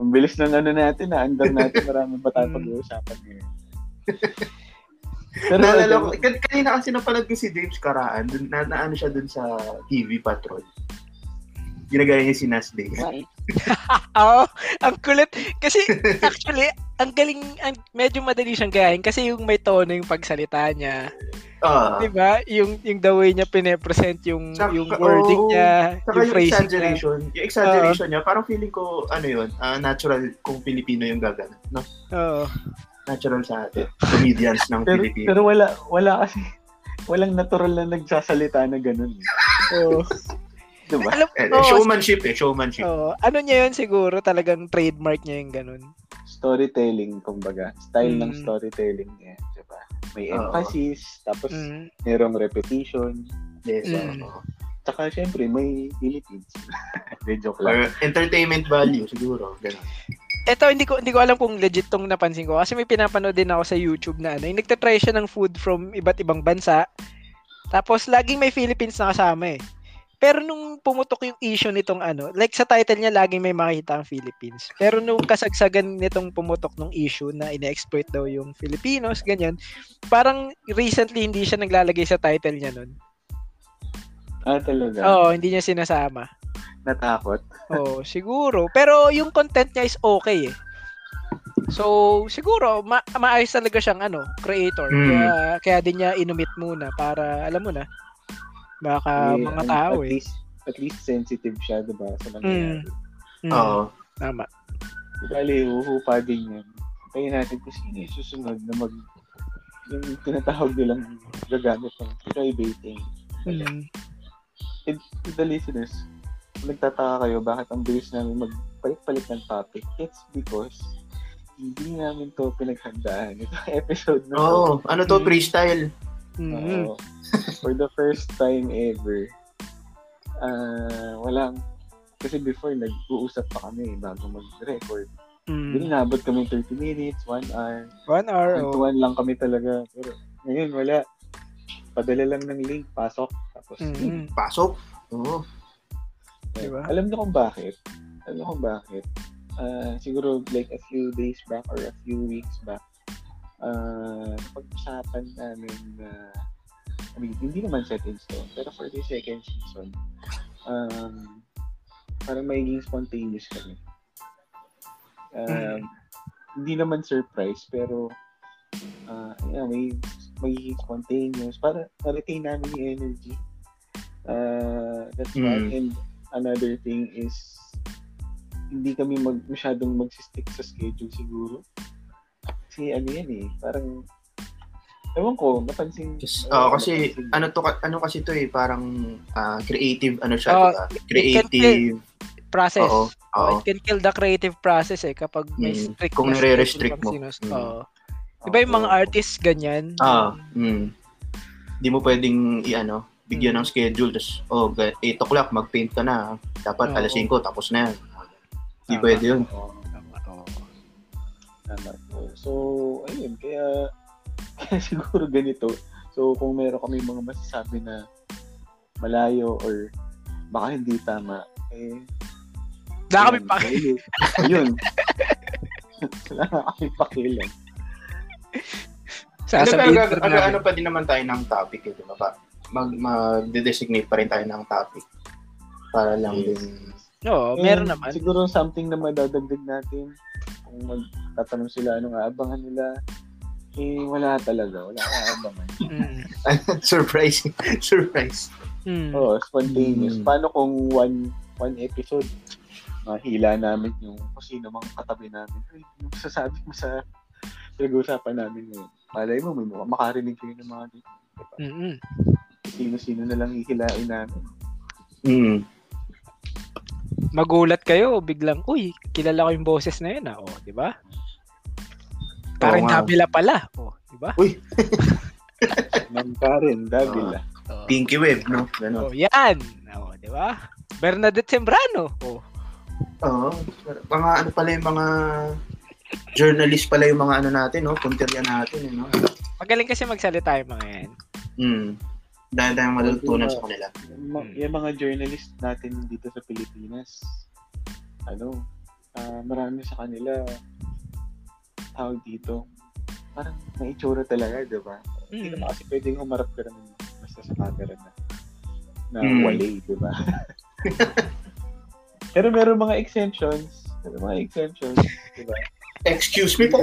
Speaker 3: Ang bilis ng ano natin, ah. Andam natin, marami pa
Speaker 2: Mm.
Speaker 3: tayong pag-uusapan ngayon.
Speaker 1: Pero
Speaker 3: Pero
Speaker 1: Naalala
Speaker 3: ano,
Speaker 1: ko, kan- kanina kasi napanood ko si James Karaan, dun, na, naano siya dun sa TV Patrol. Ginagaya niya si Nas Day.
Speaker 2: Oo, ang kulit.
Speaker 1: *laughs*
Speaker 2: Kasi actually, ang galing, ang, medyo madali siyang gayahin kasi yung may tono yung pagsalita niya.
Speaker 1: Ah,
Speaker 2: Di ba? Yung, yung the way niya pinepresent yung,
Speaker 1: Tsaka-
Speaker 2: yung
Speaker 1: oo.
Speaker 2: wording niya,
Speaker 1: saka
Speaker 2: yung
Speaker 1: yung
Speaker 2: phrasing niya. Ah.
Speaker 1: exaggeration, yung exaggeration niya, parang feeling ko, ano yun, ah, natural kung Pilipino yung gagana. No?
Speaker 2: Oo.
Speaker 1: Natural sa atin. Comedians
Speaker 2: *laughs*
Speaker 1: ng
Speaker 3: pero,
Speaker 1: Pilipino.
Speaker 3: pero wala, wala kasi, walang natural na nagsasalita na ganun. eh.
Speaker 1: *laughs*
Speaker 2: Oo.
Speaker 3: Diba?
Speaker 2: Alam,
Speaker 1: Eh,
Speaker 2: oo,
Speaker 1: showmanship eh, showmanship.
Speaker 2: oo. ano niya yun siguro talagang trademark niya yung ganun.
Speaker 3: Storytelling, kumbaga. Style ng
Speaker 2: Mm.
Speaker 3: storytelling niya. Diba? May
Speaker 1: Oo.
Speaker 3: emphasis, tapos
Speaker 2: Mm.
Speaker 3: merong repetition.
Speaker 1: Yes,
Speaker 2: Mm.
Speaker 1: oo.
Speaker 3: Tsaka syempre, may Philippines. *laughs* Hindi, joke
Speaker 1: Or
Speaker 3: lang.
Speaker 1: entertainment value, siguro. Ganun.
Speaker 2: Eto, hindi ko hindi ko alam kung legit tong napansin ko kasi may pinapanood din ako sa YouTube na ano, yung nagtatry siya ng food from iba't ibang bansa. Tapos laging may Philippines na kasama eh. Pero nung pumutok yung issue nitong ano, like sa title niya laging may makita ang Philippines. Pero nung kasagsagan nitong pumutok nung issue na ine-exploit daw yung Filipinos, ganyan, parang recently hindi siya naglalagay sa title niya nun.
Speaker 3: Ah, talaga.
Speaker 2: Oo, hindi niya sinasama.
Speaker 3: Natakot.
Speaker 2: Oo, siguro. Pero yung content niya is okay eh. So, siguro, ma- maayos talaga siyang ano, creator.
Speaker 1: Mm.
Speaker 2: Kaya, kaya din niya inumit muna para, alam mo na, baka
Speaker 3: Eh,
Speaker 2: mga
Speaker 3: at-
Speaker 2: tao eh.
Speaker 3: at
Speaker 2: Hmm.
Speaker 3: least, at least sensitive siya, diba? Sa nangyayari.
Speaker 2: Mm,
Speaker 1: Oo.
Speaker 2: Tama.
Speaker 3: Di Bali, uhupa din yun. Tayo natin kung sino yung susunod na mag... Yung tinatawag nilang gagamit ng privating.
Speaker 2: Mm.
Speaker 3: To the listeners, kung nagtataka kayo bakit ang bilis namin magpalit-palit ng topic, it's because hindi namin to pinaghandaan. Ito episode na
Speaker 1: Oo. Ano to,
Speaker 2: Mm.
Speaker 1: freestyle?
Speaker 2: Mm.
Speaker 3: Oo. For the first time ever, ah walang... Kasi before, nag-uusap pa kami bago mag-record.
Speaker 2: Mm.
Speaker 3: Hindi nabot kami 30 minutes, 1 hour.
Speaker 2: One hour. Oh.
Speaker 3: Kwentuhan lang kami talaga. Pero ngayon, wala. Padala lang ng link, pasok. Tapos,
Speaker 2: Mm.
Speaker 1: Pasok? Oo.
Speaker 3: eh,
Speaker 2: Diba?
Speaker 3: alam niyo kung bakit. Alam niyo kung bakit. Ah, siguro like a few days back or a few weeks back, ah, pag-usapan namin na, I mean, hindi naman set in stone, pero for the second season, um, parang magiging spontaneous kami. Um, Hindi naman surprise, pero ah yeah, may magiging spontaneous para ma-retain namin yung energy. Uh, that's
Speaker 1: Mm.
Speaker 3: one. And another thing is hindi kami mag, masyadong magsistick sa schedule siguro. Kasi ano yan eh, parang ewan ko, napansin
Speaker 1: Yes.
Speaker 3: ewan
Speaker 1: Oo,
Speaker 3: ko,
Speaker 1: kasi
Speaker 3: napansin-
Speaker 1: ano to ka- ano kasi to eh parang ah, creative ano siya,
Speaker 2: Oo,
Speaker 1: diba?
Speaker 2: can play.
Speaker 1: Creative.
Speaker 2: Process. Oh,
Speaker 1: Oo. Oo.
Speaker 2: It can kill the creative process eh kapag may
Speaker 1: Mm.
Speaker 2: strict
Speaker 1: Kung
Speaker 2: na schedule
Speaker 1: nire-restrict
Speaker 2: kang
Speaker 1: mo.
Speaker 2: sinos-
Speaker 1: Mm.
Speaker 2: Oo. Di ba yung mga artists ganyan?
Speaker 1: Ah, mm. Di mo pwedeng i-ano, bigyan
Speaker 2: Mm.
Speaker 1: ng schedule tapos oh, ga- 8 o'clock mag-paint ka na. Dapat
Speaker 2: Oo.
Speaker 1: alas 5 tapos na yan. Di
Speaker 2: Tama.
Speaker 1: pwede yun.
Speaker 3: Oo.
Speaker 2: Tama.
Speaker 3: Oo. Tama po. So, ayun, kaya, *laughs* kaya siguro ganito. So, kung meron kami mga masasabi na malayo or baka hindi tama, eh,
Speaker 2: Wala kami
Speaker 3: ayun,
Speaker 2: pa.
Speaker 3: ayun. Ayun. *laughs* Wala kami pakialam.
Speaker 1: Ano,
Speaker 2: Sasabihin
Speaker 1: pero
Speaker 2: ko
Speaker 1: gag- ano,
Speaker 2: namin.
Speaker 1: ano pa din naman tayo ng topic eh, di ba? Pa- Mag, mag-designate pa rin tayo ng topic. Para lang
Speaker 3: Yes.
Speaker 1: din.
Speaker 2: Oo,
Speaker 1: ano,
Speaker 3: And
Speaker 2: Oh,
Speaker 1: Hmm.
Speaker 2: meron naman.
Speaker 3: Siguro something na madadagdag natin kung magtatanong sila anong aabangan nila, eh, wala talaga. Wala akong aabangan.
Speaker 2: Mm.
Speaker 1: *laughs* Surprise. *laughs* Surprise.
Speaker 2: Mm.
Speaker 3: Oo, spontaneous.
Speaker 1: Mm.
Speaker 3: Paano kung one one episode, mahila namin yung kung sino mang katabi namin. Ay, yung sasabi mo sa pinag-uusapan namin ngayon. Malay mo, may mga makarinig kayo ng mga dito. Diba?
Speaker 2: Mm-mm.
Speaker 3: Sino-sino na lang hihilain namin.
Speaker 1: Mm.
Speaker 2: Magulat kayo, biglang, uy, kilala ko yung boses na yun ah. Oh, di ba? Parang
Speaker 1: nga.
Speaker 2: nabila pala. Oh, di ba?
Speaker 3: Ma'am Karen, Davila.
Speaker 2: Oh,
Speaker 1: Pinky web, no? Ganun.
Speaker 2: oh, yan. Oh, di ba? Bernadette Sembrano. Oh,
Speaker 1: Oo. Mga ano pala yung mga journalist pala yung mga ano natin, no? Punterian natin, eh, no?
Speaker 2: magaling kasi magsalita yung mga yan.
Speaker 1: Mm. Dahil tayong matutunan sa kanila.
Speaker 3: Yung ma-
Speaker 2: Hmm.
Speaker 3: Yung mga journalist natin dito sa Pilipinas, ano, ah, marami sa kanila, tawag dito, parang may itsura talaga, di ba? Hindi
Speaker 2: Mm.
Speaker 3: naman kasi pwedeng humarap ka naman basta sa camera na na
Speaker 1: Mm.
Speaker 3: walay, di ba? *laughs* Pero meron mga exemptions. Meron mga exemptions, di ba?
Speaker 1: Excuse me po.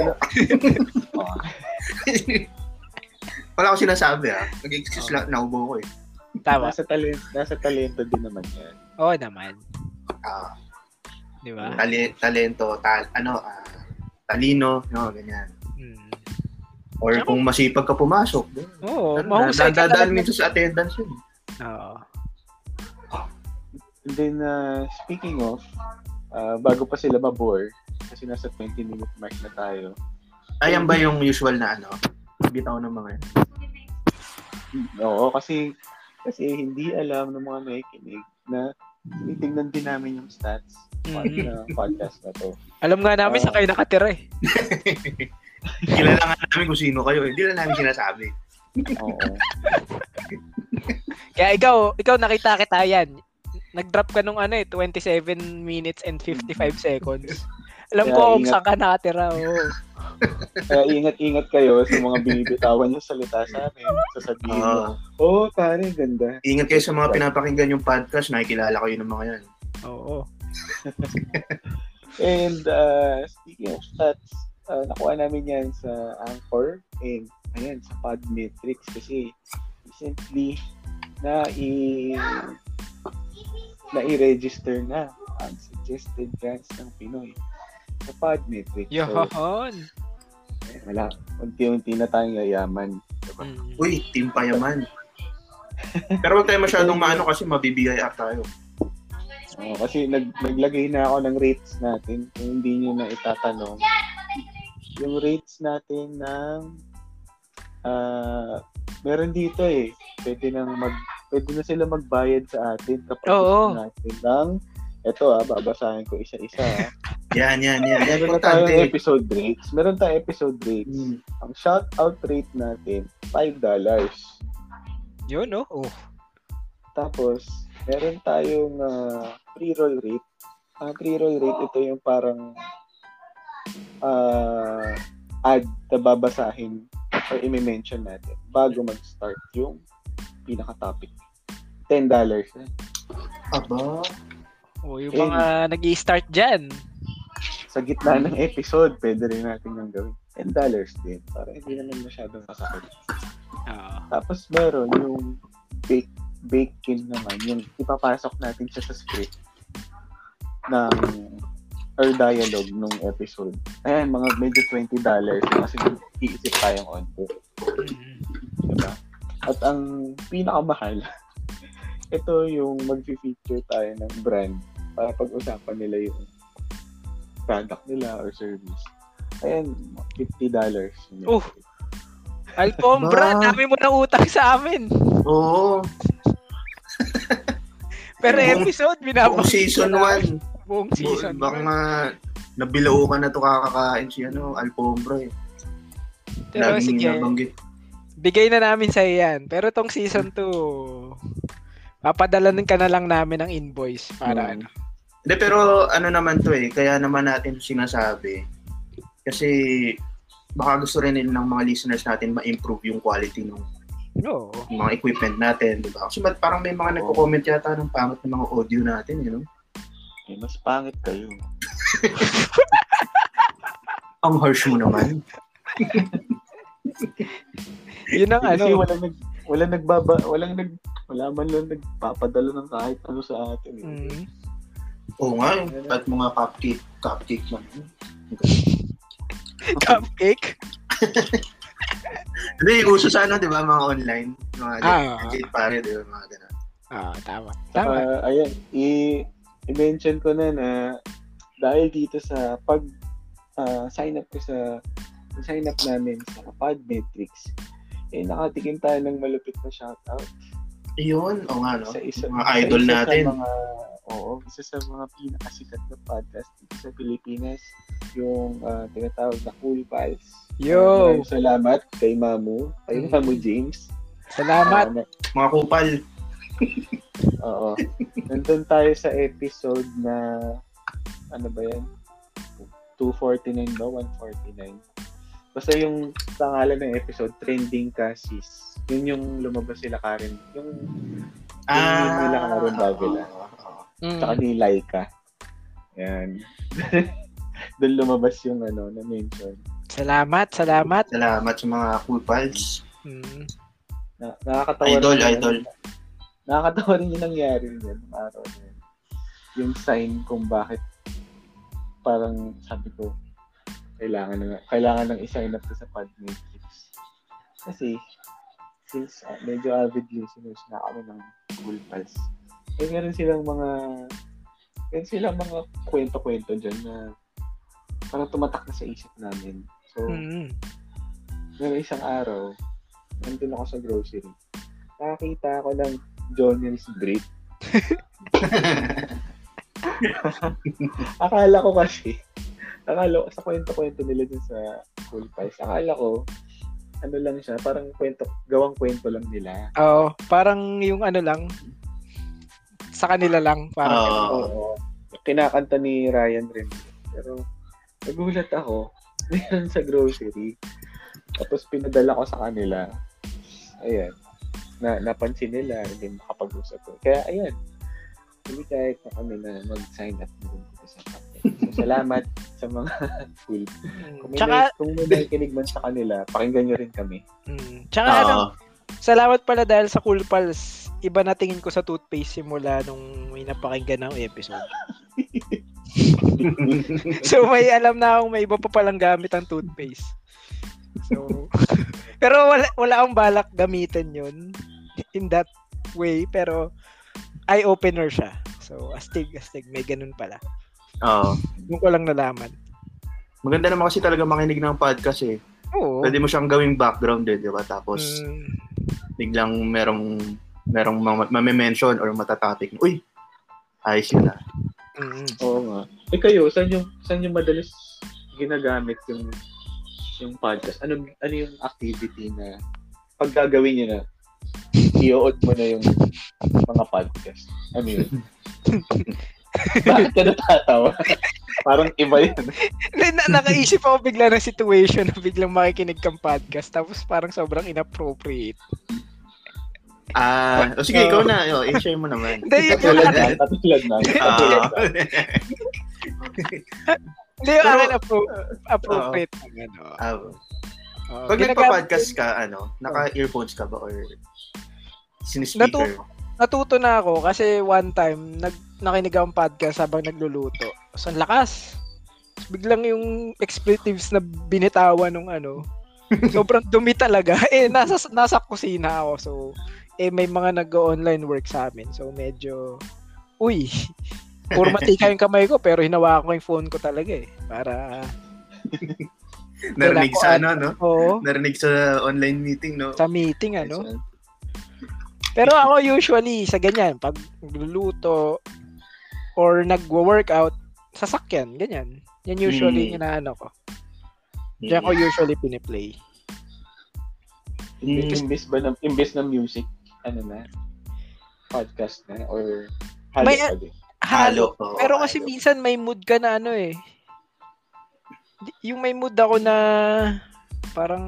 Speaker 1: *laughs*
Speaker 3: Oo.
Speaker 1: Wala ko sinasabi, ha? Nag-excuse lang, naubo ko, eh.
Speaker 2: Tama.
Speaker 3: nasa, talent, nasa talento din naman yan.
Speaker 2: Oo naman.
Speaker 1: Ah,
Speaker 2: Di ba?
Speaker 1: tali- talento, tal- ano, ah, talino, no, ganyan.
Speaker 2: Mm.
Speaker 1: Or
Speaker 2: Tsaka-
Speaker 1: kung masipag ka pumasok, doon.
Speaker 2: Oo,
Speaker 1: Ano,
Speaker 2: Oh, mahusay ka
Speaker 1: dadaan
Speaker 2: talaga.
Speaker 1: minsan sa attendance yun. eh.
Speaker 2: Oo.
Speaker 3: And then, ah, speaking of, ah, bago pa sila mabore, kasi nasa 20-minute mark na tayo,
Speaker 1: Ayan ba yung usual na, ano, bitaw ng mga yun?
Speaker 3: Oo, kasi kasi hindi alam ng mga nakikinig na tinitingnan din namin yung stats part
Speaker 2: Mm.
Speaker 3: na podcast na
Speaker 2: *laughs*
Speaker 3: to.
Speaker 2: Alam nga namin sa kayo nakatira eh.
Speaker 1: Kilala nga namin kung sino kayo, eh. Hindi lang namin sinasabi.
Speaker 3: Oo.
Speaker 2: Kaya ikaw, ikaw nakita kita yan. Nag-drop ka nung ano eh, 27 minutes and 55 seconds. Alam ko
Speaker 3: Kaya
Speaker 2: kung
Speaker 3: ingat.
Speaker 2: saan ka nakatira. Oo.
Speaker 3: Kaya ingat-ingat kayo sa mga binibitawan yung salita sa amin. Sasabihin mo,
Speaker 1: Ah,
Speaker 3: oh, pare, ganda.
Speaker 1: ingat kayo sa mga pinapakinggan yung podcast, nakikilala kayo ng mga yan.
Speaker 2: Oo.
Speaker 3: And uh, speaking of stats, uh, nakuha namin yan sa Anchor and ayan, sa Podmetrics kasi recently na i na i-register na ang suggested brands ng Pinoy sa Podmetrics. So,
Speaker 2: Yohon.
Speaker 3: eh, wala. Unti-unti na tayong yayaman.
Speaker 2: Mm.
Speaker 1: Uy, team payaman. Pero huwag tayo masyadong maano kasi mabibigay up tayo.
Speaker 3: Oo, kasi nag, naglagay na ako ng rates natin. Kung hindi nyo na itatanong, yung rates natin ng ah meron dito eh. Pwede nang mag pwede na sila magbayad sa atin kapag
Speaker 2: Oo.
Speaker 3: gusto natin ng ito ah, babasahin ko isa-isa. ah.
Speaker 1: Yan, yan, yan.
Speaker 3: Meron na
Speaker 1: Importante.
Speaker 3: tayong episode rates. Meron tayong episode rates.
Speaker 1: Mm.
Speaker 3: Ang shout-out rate natin, $5.
Speaker 2: Yun, no? Oh.
Speaker 3: Tapos, meron tayong ah, pre-roll rate. Ang pre-roll rate, ito yung parang ah, ad na babasahin or imi-mention natin bago mag-start yung pinaka-topic. $10. eh.
Speaker 1: Aba.
Speaker 2: oh yung
Speaker 3: Eh.
Speaker 2: mga nag start dyan.
Speaker 3: Sa gitna ng episode, pwede rin natin nang gawin. $10 din. Para hindi naman masyadong masakit.
Speaker 2: Oo.
Speaker 3: Tapos meron yung bake, baking naman, yung ipapasok natin siya sa script ng or dialogue nung episode. Ayan, mga medyo $20 kasi iisip tayong onto.
Speaker 2: Mm.
Speaker 3: Diba? At ang pinakamahal, *laughs* ito yung mag-feature tayo ng brand para pag-usapan nila yung product nila or service. Ayan, $50. yun.
Speaker 2: Oh! Alpombra,
Speaker 1: Ba?
Speaker 2: dami mo na utang sa amin.
Speaker 1: Oo.
Speaker 2: Pero
Speaker 1: Buong-
Speaker 2: episode,
Speaker 1: Buong
Speaker 2: binabang.
Speaker 1: season 1.
Speaker 2: Buong season.
Speaker 1: Season Baka
Speaker 2: one.
Speaker 1: nga, nabilao ka na to kakakain si ano, Alpombra eh.
Speaker 2: Pero
Speaker 1: Laging
Speaker 2: sige,
Speaker 1: binabanggit.
Speaker 2: bigay na namin sa yan. Pero tong season 2, papadalanin ka na lang namin ng invoice para
Speaker 1: Mm.
Speaker 2: ano.
Speaker 3: Hmm,
Speaker 1: Hindi, pero ano naman to eh, kaya naman natin sinasabi. Kasi baka gusto rin nila ng mga listeners natin ma-improve yung quality ng
Speaker 2: Oo.
Speaker 1: mga equipment natin, di ba? Kasi ba't parang may mga nagko-comment yata ng pangit ng mga audio natin, you know?
Speaker 3: Eh, mas pangit kayo.
Speaker 1: Ang harsh mo naman.
Speaker 2: Yun ang
Speaker 3: Kasi
Speaker 2: ano.
Speaker 3: wala nag wala nagbaba, walang nag wala man lang nagpapadala ng kahit ano sa atin. eh.
Speaker 2: Mm. *laughs*
Speaker 1: Oo nga, eh. ba't mga cupcake, cupcake man.
Speaker 2: Cupcake?
Speaker 1: Hindi, uso sa ano, di ba, mga online, mga
Speaker 2: Ah.
Speaker 1: legit pare, di ba, mga ganun.
Speaker 2: Ah, tama.
Speaker 3: Saka,
Speaker 2: Tama.
Speaker 3: ayan, i- i-mention ko na na dahil dito sa pag ah, sign up ko sa sign up namin sa Podmetrics, eh nakatikim tayo ng malupit na shoutout
Speaker 1: Yun, oo nga, no?
Speaker 3: sa isa
Speaker 1: Mga
Speaker 3: sa
Speaker 1: idol
Speaker 3: isa sa
Speaker 1: natin.
Speaker 3: mga oo, isa sa mga pinakasikat na podcast dito sa Pilipinas, yung ah, tinatawag na Cool Pals.
Speaker 2: Yo!
Speaker 3: Maraming salamat kay Mamu, kay
Speaker 1: Mm-hmm.
Speaker 2: Mm.
Speaker 3: Mamu James.
Speaker 2: Salamat.
Speaker 3: Ah,
Speaker 1: Mga kupal.
Speaker 3: Oo. Nandun tayo sa episode na ano ba yan? 249 ba? 149. Basta yung pangalan ng episode, Trending Casis. Yun yung lumabas sila Karen. Yung,
Speaker 1: Ah,
Speaker 3: yung nila Karen Davila.
Speaker 2: Mm.
Speaker 3: Tsaka ni Laika. Yan. *laughs* Doon lumabas yung ano, na-mention.
Speaker 2: Salamat, salamat.
Speaker 1: Salamat sa mga cool pals.
Speaker 2: Mm.
Speaker 3: Na, nakakatawa
Speaker 1: Idol,
Speaker 3: rin yun.
Speaker 1: idol.
Speaker 3: Nakakatawa rin yung nangyari yun, yung araw na yun. Yung sign kung bakit parang sabi ko, kailangan na, kailangan nang i-sign up ko sa Podmetrics. Kasi, since uh, medyo avid listeners na kami ng Cool Pals, eh meron silang mga, meron silang mga kwento-kwento dyan na parang tumatak na sa isip namin. So,
Speaker 2: Mm.
Speaker 3: may isang araw, nandun ako sa grocery. Nakakita ako ng Jonel's Brick. akala ko kasi, akala ko, sa kwento-kwento nila dun sa Cool Pies, akala ko, ano lang siya, parang kwento, gawang kwento lang nila.
Speaker 2: Oo, parang yung ano lang sa kanila lang parang
Speaker 1: Oo.
Speaker 3: Oo. Kinakanta ni Ryan rin. Pero, nagulat ako. *laughs* Meron sa grocery. Tapos, pinadala ko sa kanila. Ayan. Na, napansin nila. Hindi makapag-usap ko. Kaya, ayan. Hindi kahit na kami na mag-sign up na rin dito sa kapatid. So, salamat sa mga cool. Kung
Speaker 2: Mm.
Speaker 3: may,
Speaker 2: Tsaka,
Speaker 3: kung may nakikinig man sa kanila, pakinggan nyo rin kami.
Speaker 2: mm, tsaka ano,
Speaker 1: Oo.
Speaker 2: salamat pala dahil sa Cool Pals. Iba na tingin ko sa toothpaste simula nung may napakinggan ng episode.
Speaker 1: *laughs*
Speaker 2: So may alam na akong may iba pa palang gamit ang toothpaste. So, *laughs* pero wala, wala akong balak gamitin yun in that way. Pero eye-opener siya. So astig, astig. May ganun pala.
Speaker 1: Oo.
Speaker 2: Yung ko lang nalaman.
Speaker 1: Maganda naman kasi talaga makinig ng podcast eh.
Speaker 2: Oo.
Speaker 1: Pwede mo siyang gawing background eh, di ba? Tapos
Speaker 2: Mm.
Speaker 1: biglang merong merong ma- mame-mention or matatopic. Uy, ayos yun ah.
Speaker 2: Mm-mm.
Speaker 3: Oo nga. Eh kayo, saan yung, saan yung madalas ginagamit yung yung podcast? Ano, ano yung activity na pag gagawin nyo na, i-odd mo na yung mga podcast? Ano
Speaker 2: *laughs*
Speaker 3: yun? Bakit ka natatawa? Parang iba yun.
Speaker 2: Then, na- nakaisip ako bigla ng situation na biglang makikinig kang podcast tapos parang sobrang inappropriate.
Speaker 1: Ah, o sige,
Speaker 2: Oo.
Speaker 1: ikaw na. Oh, i-share mo naman.
Speaker 2: *laughs* Hindi, *laughs* yun yung,
Speaker 3: Katulad na, katulad na. Katulad
Speaker 1: Ah.
Speaker 3: na.
Speaker 2: hindi yung
Speaker 1: Pero-
Speaker 2: akin appro- appropriate. ang ano.
Speaker 1: Ah,
Speaker 2: Oo.
Speaker 1: Pag
Speaker 2: Ginagamit-
Speaker 1: nagpa-podcast ka, ano, naka-earphones ka ba or sinispeaker?
Speaker 2: Natu- natuto na ako kasi one time nag nakinig akong podcast habang nagluluto. So, ang lakas. Tapos Biglang yung expletives na binitawan nung
Speaker 1: *laughs*
Speaker 2: ano, sobrang dumi talaga. *laughs* Eh, nasa, nasa kusina ako. So, eh, may mga nag-online work sa amin. So, medyo,
Speaker 1: *laughs*
Speaker 2: uy, puro matika yung kamay ko pero hinawakan ko yung phone ko talaga eh. Para,
Speaker 1: Narinig sa ano, no?
Speaker 2: oo,
Speaker 1: Narinig sa online meeting, no?
Speaker 2: sa meeting ano. Pero ako usually sa ganyan, pag nagluluto or nagwo-workout, sasakyan, ganyan. Yan
Speaker 1: Mm.
Speaker 2: usually yung inaano ko. Diyan ko
Speaker 1: Mm.
Speaker 2: usually piniplay.
Speaker 1: Mm.
Speaker 3: Imbes imbes ba ng, imbes ng music, ano na, podcast na, or eh.
Speaker 2: May-
Speaker 3: halo-halo.
Speaker 2: Halo.
Speaker 1: oo,
Speaker 2: Pero kasi
Speaker 1: halo.
Speaker 2: minsan may mood ka na ano eh. Di- Yung may mood ako na parang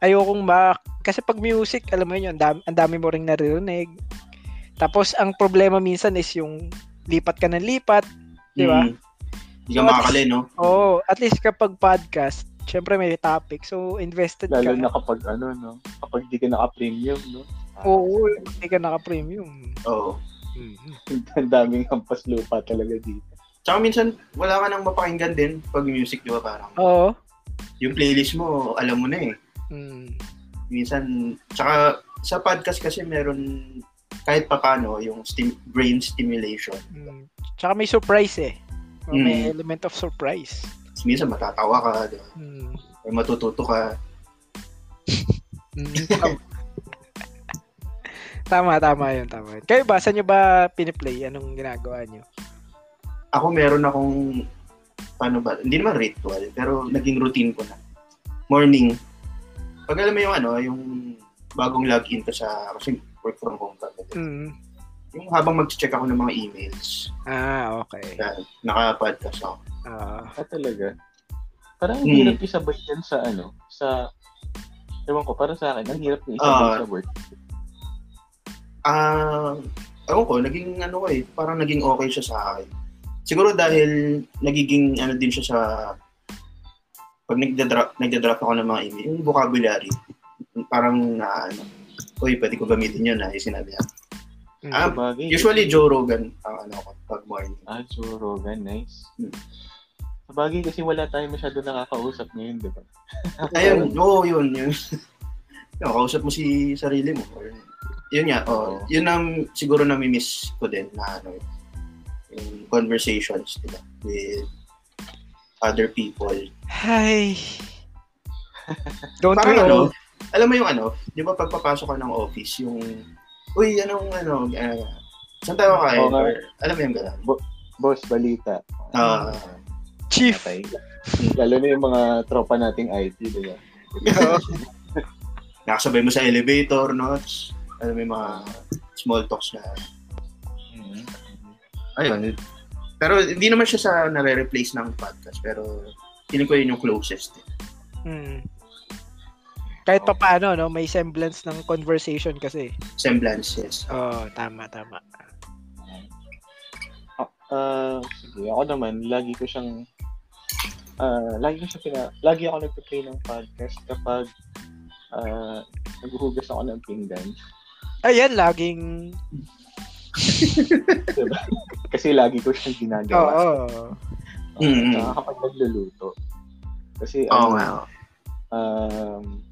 Speaker 2: ayokong ma... Kasi pag music, alam mo yun, ang dami, ang dami mo rin naririnig. Tapos ang problema minsan is yung lipat ka ng lipat. Di ba?
Speaker 1: Mm. Hindi ka
Speaker 2: So, at
Speaker 1: makakali, no?
Speaker 2: Oo, at least kapag podcast, syempre may topic. So, invested
Speaker 3: Lalo
Speaker 2: ka.
Speaker 3: na kapag ano, no? Kapag di ka naka-premium, no? Ah,
Speaker 2: Oo, hindi ka naka-premium.
Speaker 1: Oo.
Speaker 3: Mm-hmm. *laughs* Ang daming hampas lupa talaga dito.
Speaker 1: Tsaka minsan, wala ka nang mapakinggan din pag music, di ba? Parang
Speaker 2: Oo.
Speaker 1: yung playlist mo, alam mo na eh.
Speaker 2: Mm.
Speaker 1: Minsan, tsaka sa podcast kasi meron kahit papano yung stim- brain stimulation.
Speaker 2: Mm. Tsaka may surprise eh. O,
Speaker 1: Mm.
Speaker 2: May element of surprise.
Speaker 1: Minsan matatawa ka, di ba?
Speaker 2: Mm.
Speaker 1: Or matututo ka.
Speaker 2: Mm. *laughs* tama, tama yun, tama. yun. Kayo ba, saan nyo ba piniplay? Anong ginagawa nyo?
Speaker 1: Ako meron akong, paano ba, hindi naman ritual, pero naging routine ko na. Morning, pag alam mo yung ano, yung bagong login ka sa, kasi work from home ka.
Speaker 2: Mm.
Speaker 1: Yung habang mag-check ako ng mga emails,
Speaker 2: Ah, okay.
Speaker 1: na, naka-podcast ako.
Speaker 2: Ah.
Speaker 3: Ah, talaga? Parang ang
Speaker 1: Hmm.
Speaker 3: hirap isabay yan sa ano, sa... Ewan ko, para sa akin, ang hirap na isabay
Speaker 1: Ah.
Speaker 3: sa work.
Speaker 1: Ah, ewan ko, naging ano ko eh, parang naging okay siya sa akin. Siguro dahil nagiging ano din siya sa pag nagda-drop, nagda-drop ako ng mga email, yung vocabulary, parang na ano, uy, pwede ko gamitin yun na yung sinabi niya.
Speaker 2: Mm.
Speaker 1: Ah,
Speaker 3: Sabagay,
Speaker 1: Usually, Joe Rogan ang ano ko, pag morning.
Speaker 3: Ah, Joe Rogan, nice.
Speaker 1: Hmm.
Speaker 3: Sabagay kasi wala tayong masyado nakakausap ngayon, di ba?
Speaker 1: Ayun, oo, yun, yun. *laughs* Yung kausap mo si sarili mo. Or, yun nga, oh,
Speaker 3: Oo.
Speaker 1: yun ang siguro nami-miss ko din na ano, yung conversations, diba, with other people. *laughs*
Speaker 2: Hi. Don't we
Speaker 1: Parang ano,
Speaker 2: all?
Speaker 1: alam mo yung ano, di ba pagpapasok ka ng office, yung, uy, anong, ano, uh, saan tayo kakain?
Speaker 3: Oo nga.
Speaker 1: Or, alam mo yung gano'n?
Speaker 3: Boss, balita.
Speaker 1: Ah.
Speaker 2: Chief.
Speaker 3: Patay. Lalo na yung mga tropa nating IT, di ba?
Speaker 1: Nakasabay mo sa elevator, no? Tapos, Alam mo yung mga small talks na,
Speaker 3: Hmm.
Speaker 1: ayun. Pero hindi naman siya sa nare-replace ng podcast, pero feeling ko yun yung closest. Eh.
Speaker 2: Mm. Kahit pa paano, no? May semblance ng conversation kasi.
Speaker 1: Semblance, yes.
Speaker 2: Oo, oh, tama, tama.
Speaker 3: Ah, ah, sige, ako naman, lagi ko siyang ah, lagi ko siya pina, lagi ako nagpe-play ng podcast kapag ah, naghuhugas ako ng pinggan.
Speaker 2: Ayan, laging...
Speaker 3: Kasi lagi ko siyang
Speaker 2: Oo.
Speaker 3: ginagawa.
Speaker 2: Oh,
Speaker 3: Ah,
Speaker 1: Mm.
Speaker 3: tsaka kapag nagluluto. Kasi
Speaker 1: Oo
Speaker 3: ano,
Speaker 1: nga.
Speaker 3: um,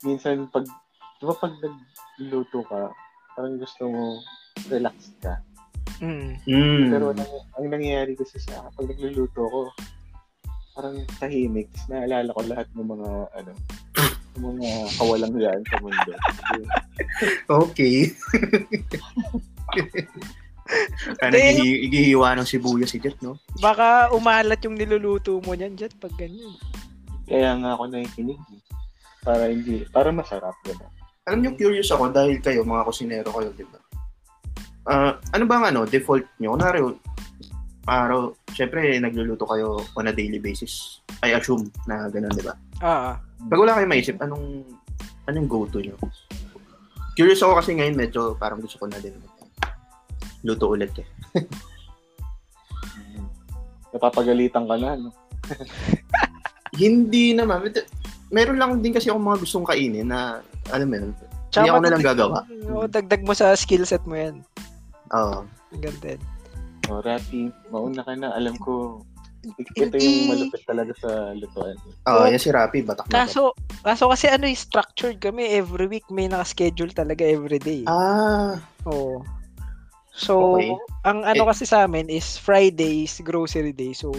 Speaker 3: minsan pag, di ba pag nagluto ka, parang gusto mo relax ka.
Speaker 2: Mm.
Speaker 1: Mm.
Speaker 3: Pero nang, ang nangyayari kasi sa akin, pag nagluluto ko, parang tahimik. Tapos naalala ko lahat ng mga, ano, ng mga kawalang yan sa mundo. Kasi,
Speaker 1: *laughs* Okay. Parang
Speaker 2: Damn.
Speaker 1: ihi- ihihiwa ng sibuyas si Jet, no?
Speaker 2: Baka umalat yung niluluto mo niyan dyan pag ganyan.
Speaker 3: Kaya nga ako nakikinig. eh. Para hindi, para masarap. Diba?
Speaker 1: Alam niyo, curious ako dahil kayo, mga kusinero kayo, di ba? Ah, ano ba ang ano, default niyo? Kunwari, araw, syempre, nagluluto kayo on a daily basis. I assume na gano'n, di ba?
Speaker 2: Ah, ah.
Speaker 1: Pag wala kayong maisip, anong, anong go-to niyo? Curious ako kasi ngayon, medyo parang gusto ko na din. Luto ulit eh.
Speaker 3: Hmm. Napapagalitan ka na, no?
Speaker 1: Hindi naman. But, meron lang din kasi ako mga gustong kainin na, alam mo yun, hindi ako na lang gagawa.
Speaker 2: Oo, dagdag mo sa skill set mo yan.
Speaker 1: Oo.
Speaker 2: Ang ganda. yan.
Speaker 3: Oh, Rafi, mauna ka na. Alam ko, ito yung malupit talaga sa lutuan.
Speaker 1: Oo,
Speaker 2: Oh.
Speaker 1: yan si Rapi, batak na.
Speaker 2: Kaso, kaso kasi ano, eh, structured kami every week. May nakaschedule talaga every day.
Speaker 1: Ah,
Speaker 2: Oo. So,
Speaker 1: Okay.
Speaker 2: ang ano kasi sa amin is Fridays, grocery day. So,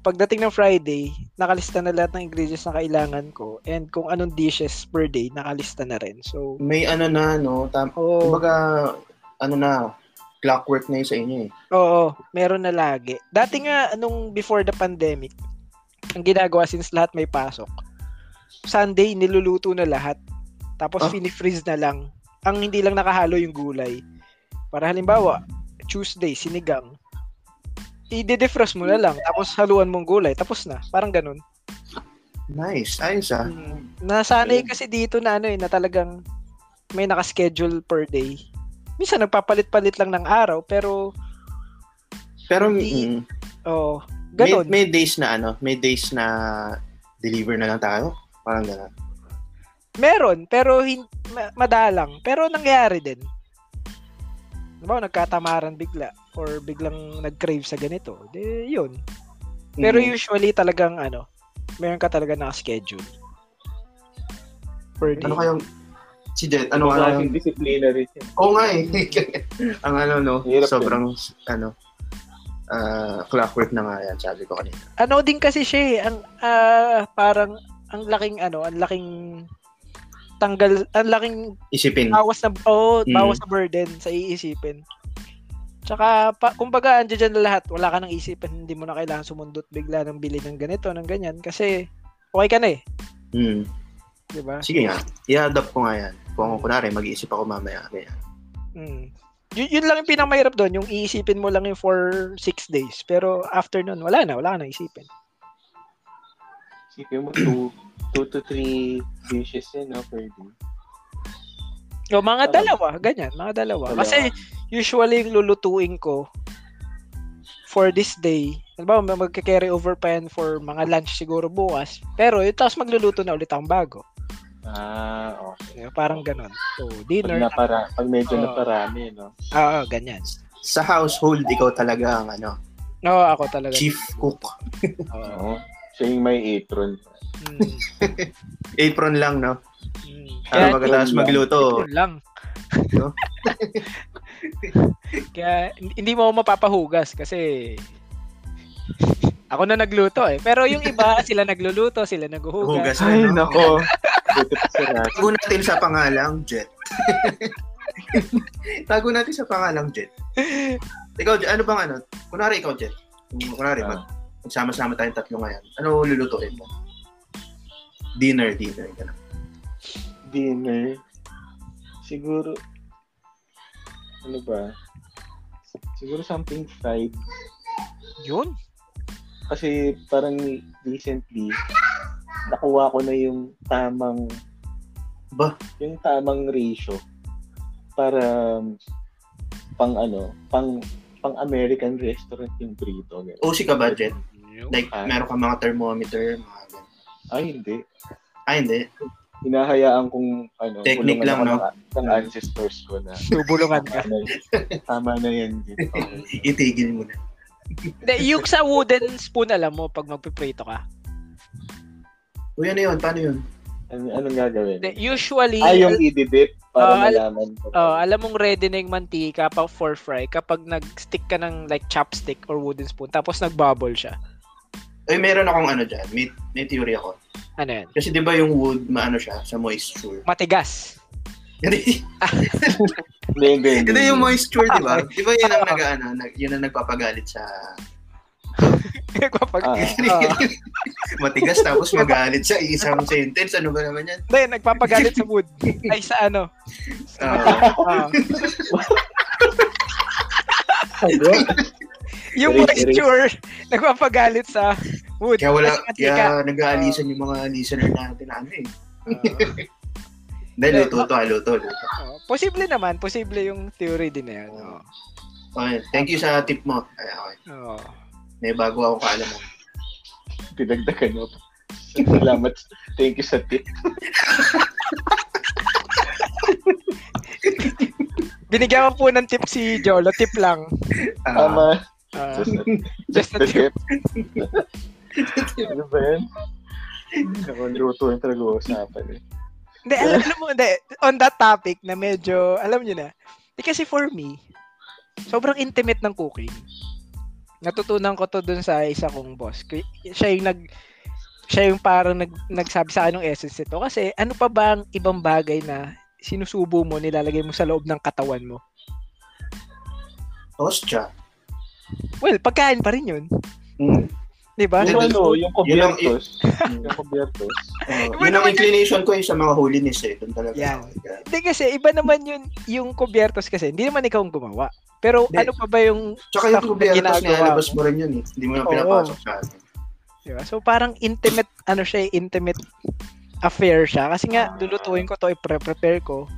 Speaker 2: pagdating ng Friday, nakalista na lahat ng ingredients na kailangan ko and kung anong dishes per day, nakalista na rin. So,
Speaker 1: may ano na, no? Tam-
Speaker 2: oo,
Speaker 1: Kumbaga, ano na, clockwork na yun sa inyo eh.
Speaker 2: oo, meron na lagi. Dati nga, nung before the pandemic, ang ginagawa since lahat may pasok, Sunday, niluluto na lahat. Tapos,
Speaker 1: Ah.
Speaker 2: fini-freeze na lang. Ang hindi lang nakahalo yung gulay. Para halimbawa, Tuesday, sinigang. I-defrost mo na
Speaker 1: Hmm.
Speaker 2: lang. Tapos, haluan mong gulay. Tapos na. Parang ganun.
Speaker 1: Nice, ayos ah.
Speaker 2: Mm. Nasanay
Speaker 3: Ayun.
Speaker 2: kasi dito na ano eh, na talagang may nakaschedule per day. Minsan nagpapalit-palit lang ng araw, pero
Speaker 1: Pero,
Speaker 2: Hindi-
Speaker 1: mm,
Speaker 2: oh,
Speaker 1: may,
Speaker 2: ganun.
Speaker 1: may days na ano, may days na deliver na lang tayo. Parang gano'n.
Speaker 2: Meron, pero hin- ma- madalang. Pero nangyari din. Diba, nagkatamaran bigla or biglang nag-crave sa ganito. De, yun. Pero
Speaker 1: Mm.
Speaker 2: usually talagang ano, meron ka talaga nakaschedule. Per day.
Speaker 1: Ano kayang, si Jet, ano
Speaker 3: Ano
Speaker 1: ano
Speaker 3: ka
Speaker 1: yung
Speaker 3: yung disciplinary?
Speaker 1: Oo nga eh. *laughs* Ang ano no,
Speaker 3: Hirap yun.
Speaker 1: sobrang ano, ah, clockwork na nga yan, sabi ko kanina.
Speaker 2: ano din kasi siya eh, ang ah, parang ang laking ano, ang laking tanggal, ang laking
Speaker 1: Isipin.
Speaker 3: Ah.
Speaker 2: bawas na oh,
Speaker 1: Mm.
Speaker 2: bawas na burden sa iisipin. Tsaka pa, kumbaga andiyan dyan na lahat, wala ka nang isipin, hindi mo na kailangan sumundot bigla ng bili ng ganito, ng ganyan kasi okay ka na eh,
Speaker 1: Mm.
Speaker 2: 'di ba?
Speaker 1: Sige nga, i-adapt ko nga yan. Kung ako kunwari, mag-iisip ako mamaya. Ganyan.
Speaker 2: Mm. Yun, yun lang yung pinakamahirap doon, yung iisipin mo lang yung for 6 days. Pero after nun, wala na, wala ka nang isipin.
Speaker 3: Isipin mo, two, two to three dishes yun, no, per day.
Speaker 2: O mga
Speaker 3: Tama.
Speaker 2: dalawa, ganyan, mga dalawa.
Speaker 3: Dalawa.
Speaker 2: Kasi usually yung lulutuin ko for this day, alam mo, magka-carry over pa yan for mga lunch siguro bukas. Pero yun, tapos magluluto na ulit ang bago.
Speaker 3: Ah,
Speaker 2: Eh,
Speaker 3: okay.
Speaker 2: Parang ganun. So,
Speaker 3: Pag,
Speaker 2: dinner.
Speaker 3: napara, pag medyo
Speaker 2: Oo.
Speaker 3: naparami, no?
Speaker 2: Ah, ah, ganyan.
Speaker 1: Sa household, ikaw talaga ang ano,
Speaker 2: Oo, ako talaga.
Speaker 1: chief cook.
Speaker 2: Oo.
Speaker 3: Oo. Siya yung may apron.
Speaker 2: Mm,
Speaker 1: Apron lang, no?
Speaker 2: mm. Kaya,
Speaker 1: Para pagkatapos
Speaker 3: yun lang.
Speaker 1: magluto.
Speaker 2: yun lang.
Speaker 1: No?
Speaker 2: *laughs* Kaya, hindi- hindi mo ako mapapahugas kasi ako na nagluto eh. Pero yung iba, sila nagluluto, sila
Speaker 1: Hugas
Speaker 2: naghuhugas.
Speaker 1: na, no?
Speaker 3: nako. Buti pa si Rafi.
Speaker 1: Tago natin sa pangalang Jet. *laughs* Tago natin sa pangalang Jet. Ikaw, Jet, ano bang ano? Kunwari ikaw, Jet. Kunwari,
Speaker 3: Ah.
Speaker 1: mag, magsama-sama tayong tatlo ngayon. Ano lulutuin mo? Dinner, dinner. Ganun.
Speaker 3: dinner, siguro, ano ba? Siguro something fried.
Speaker 2: Yun.
Speaker 3: Kasi parang recently, nakuha ko na yung tamang,
Speaker 1: Ba?
Speaker 3: yung tamang ratio para um, pang ano, pang pang American restaurant yung prito. ganun.
Speaker 1: OC ka ba, Jet? Like,
Speaker 3: Ah.
Speaker 1: meron ka mga thermometer, mga ganun.
Speaker 3: Ay, hindi.
Speaker 1: Ah, hindi.
Speaker 3: Hinahayaan kong ano,
Speaker 1: Technique
Speaker 3: kulungan
Speaker 1: lang,
Speaker 3: ako
Speaker 1: no?
Speaker 3: ng, ng ancestors ko na
Speaker 2: Bubulungan ka.
Speaker 3: tama na, tama na yan. Jit. Okay.
Speaker 1: *laughs* Itigil mo na.
Speaker 2: Hindi, yung sa wooden spoon, alam mo, pag magpiprito ka.
Speaker 1: Uy, ano yun? Paano yun?
Speaker 3: Ano, anong gagawin?
Speaker 2: Hindi, Usually,
Speaker 3: Ah, yung ididip para
Speaker 2: Oo, al-
Speaker 3: malaman ko.
Speaker 2: oh, alam mong ready na yung mantika pa for fry kapag nag-stick ka ng like chopstick or wooden spoon tapos nagbubble siya.
Speaker 1: Uy, meron akong ano dyan. May, may theory ako.
Speaker 2: Ano yan?
Speaker 1: Kasi di ba yung wood, maano siya, sa moisture. *laughs*
Speaker 2: Matigas.
Speaker 1: Hindi,
Speaker 3: Hindi, hindi, hindi.
Speaker 1: Hindi yung moisture, di
Speaker 3: *laughs*
Speaker 1: ba? Di ba yun ang
Speaker 2: Oo.
Speaker 1: nag, ano, nag- yun ang nagpapagalit sa...
Speaker 2: Kapag
Speaker 3: Ah,
Speaker 2: Oo.
Speaker 1: *laughs* Matigas tapos magalit sa isang sentence. Ano ba naman yan?
Speaker 2: Hindi, nagpapagalit sa
Speaker 1: *laughs*
Speaker 2: wood. Ay, sa ano.
Speaker 1: Ah,
Speaker 2: Ah.
Speaker 3: ano?
Speaker 2: yung
Speaker 3: Erase, erase.
Speaker 2: moisture, *laughs* nagpapagalit sa wood.
Speaker 1: kaya wala,
Speaker 2: Kasi oh. matika. *laughs*
Speaker 1: kaya nag-aalisan yung mga listener natin ano eh.
Speaker 2: Ah.
Speaker 1: Hindi, luto to, ah, luto, luto.
Speaker 2: Oo. Oh, posible naman. Posible yung theory din na yan. Oh. Oo.
Speaker 1: Okay, thank you sa tip mo. Ay, okay.
Speaker 2: Oo.
Speaker 1: May bago akong kaalaman.
Speaker 3: Tinagdagan mo. pa. Salamat. Thank you sa tip.
Speaker 2: Binigyan ko po ng tip si Jolo. Tip lang.
Speaker 1: Ah,
Speaker 3: Tama.
Speaker 2: Ah,
Speaker 3: Just,
Speaker 2: just a tip.
Speaker 3: Ano ba yan? Ako, luto yung talaga usapan eh.
Speaker 2: Hindi, alam, alam mo, hindi. On that topic na medyo, alam nyo na. Hindi kasi for me, sobrang intimate ng cooking. Natutunan ko to dun sa isa kong boss. K- Siya yung nag siya yung parang nag, nagsabi sa anong essence nito. Kasi ano pa ba ang ibang bagay na sinusubo mo, nilalagay mo sa loob ng katawan mo?
Speaker 1: ostya.
Speaker 2: Well, pagkain pa rin yun.
Speaker 1: Mm.
Speaker 2: Hmm. Di ba?
Speaker 3: Yung
Speaker 1: Ano?
Speaker 3: ano,
Speaker 1: Yun
Speaker 3: yung
Speaker 1: ang-
Speaker 3: kubyertos.
Speaker 1: Mm.
Speaker 3: Yung kubyertos.
Speaker 1: Oh,
Speaker 2: Iba
Speaker 1: yun ang
Speaker 2: naman
Speaker 1: inclination ko eh, sa mga holiness eh. Doon talaga.
Speaker 2: Yan.
Speaker 1: ako, eh.
Speaker 2: Hindi kasi, iba naman yun, yung kubyertos kasi. Hindi naman ikaw ang gumawa. Pero
Speaker 1: Hindi.
Speaker 2: ano pa ba yung
Speaker 1: Tsaka yung
Speaker 2: Stuff na
Speaker 1: kubyertos,
Speaker 2: ginagawa
Speaker 1: nilalabas
Speaker 2: mo.
Speaker 1: mo rin yun eh. Hindi mo na
Speaker 2: Oo.
Speaker 1: pinapasok sa akin.
Speaker 2: Diba? So parang intimate, ano siya, eh, intimate affair siya. Kasi nga, lulutuin ko to, i-prepare ko.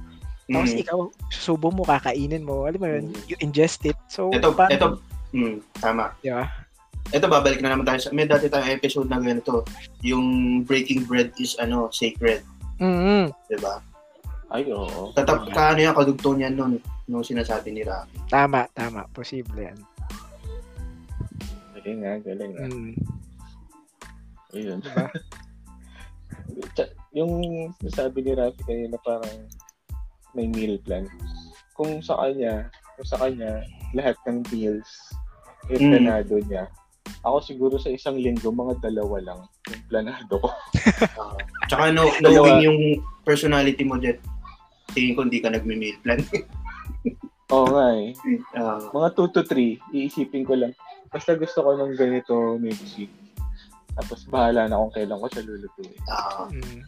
Speaker 2: Tapos
Speaker 1: Ah. Mm.
Speaker 2: ikaw, susubo mo, kakainin mo. Alam mo yun,
Speaker 3: Mm.
Speaker 2: you ingest it. So,
Speaker 1: Ito,
Speaker 2: parang,
Speaker 1: ito, mm, tama.
Speaker 2: diba?
Speaker 1: Ito, babalik na naman tayo sa, may dati tayong episode na ganito. Yung breaking bread is, ano, sacred.
Speaker 2: Mm-hmm.
Speaker 1: Diba?
Speaker 3: Ay, oo.
Speaker 1: Tatap, kaano yung kadugtong yan nun, nung sinasabi ni Rocky.
Speaker 2: Tama, tama. Posible yan.
Speaker 3: Galing nga, galing ah. nga.
Speaker 2: Mm.
Speaker 3: Ayun. *laughs*
Speaker 2: Diba?
Speaker 3: Tsa- yung sabi ni Rafi kanina parang may meal plan. Kung sa kanya, kung sa kanya, lahat ng deals,
Speaker 1: Mm.
Speaker 3: yung planado niya. Ako siguro sa isang linggo, mga dalawa lang yung planado ko. *laughs*
Speaker 1: Ah, tsaka, no, knowing yung personality mo, Jet, tingin ko hindi ka nagme-meal plan.
Speaker 3: Oo nga eh.
Speaker 1: Ah,
Speaker 3: Mga 2 to 3, iisipin ko lang. Basta gusto ko ng ganito music. Tapos bahala na kung kailan ko siya lulutuin.
Speaker 1: ah,
Speaker 2: Mm.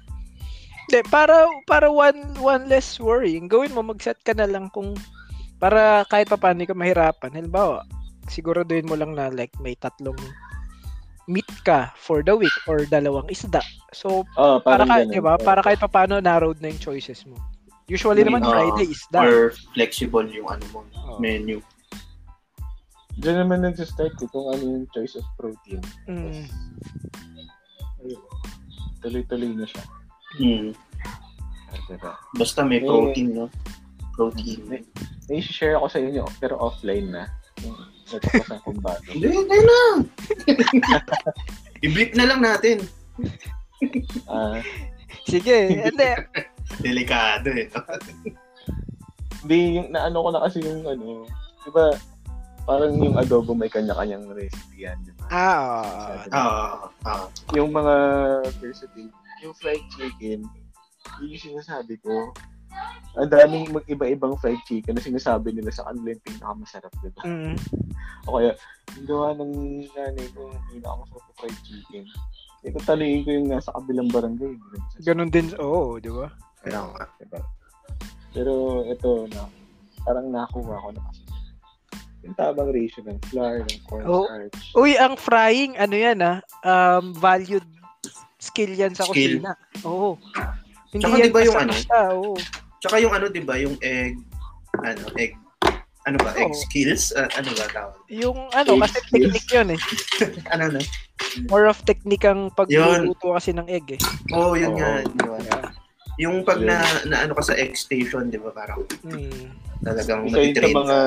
Speaker 2: Hindi, para, para one, one less worrying, gawin mo, mag-set ka na lang kung para kahit pa paano hindi ka mahirapan. Halimbawa, siguraduhin mo lang na like may tatlong meat ka for the week or dalawang isda. So, para diba?
Speaker 3: Oo, parang
Speaker 2: kahit,
Speaker 3: ganun.
Speaker 2: di ba? Para kahit paano narrowed na yung choices mo. Usually
Speaker 1: Mm,
Speaker 2: naman
Speaker 1: oo.
Speaker 2: Friday isda.
Speaker 1: or flexible yung ano mo,
Speaker 2: Oo.
Speaker 1: menu.
Speaker 3: Diyan naman nagsistart ko kung ano yung choice of protein.
Speaker 2: Mm.
Speaker 3: Ayun. Tuloy-tuloy na siya.
Speaker 1: Mm.
Speaker 3: Ah, Diba?
Speaker 1: Basta may
Speaker 3: May-
Speaker 1: protein, no? Protein.
Speaker 3: May, may share ako sa inyo, pero offline na. Yung Natukasan kung bago.
Speaker 1: Hindi, hindi na. *laughs* I-blip na lang natin.
Speaker 3: Ah,
Speaker 2: Sige,
Speaker 1: *laughs*
Speaker 2: hindi.
Speaker 1: Delikado eh.
Speaker 3: Hindi, yung naano ko na kasi yung ano, di ba, parang yung adobo may kanya-kanyang recipe yan, di ba?
Speaker 2: ah, oo.
Speaker 3: Sabi na-
Speaker 1: Ah, ah.
Speaker 3: Yung mga recipe, yung fried chicken, yun yung sinasabi ko, ang daming mag-iba-ibang fried chicken na sinasabi nila sa kanila yung pinakamasarap, di ba?
Speaker 2: Mm.
Speaker 3: O kaya, yung gawa ng nanay ko yung pinakamasarap na fried chicken. Ito taluin ko yung nasa kabilang barangay. di ba?
Speaker 2: Ganun din, oo, di ba?
Speaker 1: Kailangan ka.
Speaker 3: Diba? Pero ito na, parang nakuha ko na kasi. Yung tamang ratio ng flour, ng cornstarch.
Speaker 2: Uy, ang frying, ano yan ah, um, valued skill yan sa
Speaker 1: Skill.
Speaker 2: kusina. Oo. Hindi
Speaker 1: Tsaka
Speaker 2: yan
Speaker 1: di ba yung ano?
Speaker 2: basta-basta, oo.
Speaker 1: Tsaka yung ano, di ba? Yung egg, ano, egg, ano ba? Egg
Speaker 2: Oo.
Speaker 1: skills? Ah, ano ba tawag?
Speaker 2: Yung ano,
Speaker 3: Egg
Speaker 2: kasi
Speaker 3: skills.
Speaker 2: technique yun eh.
Speaker 1: Ano na?
Speaker 2: More of technique ang pagluluto kasi ng egg eh.
Speaker 1: Oo, oh, yun
Speaker 3: Oo.
Speaker 1: nga. Di ba? Yung pag na, na ano ka sa egg station, di ba? Parang
Speaker 2: Mm.
Speaker 1: talagang
Speaker 3: Isa yun sa
Speaker 1: natitrain
Speaker 3: mga,
Speaker 1: ka.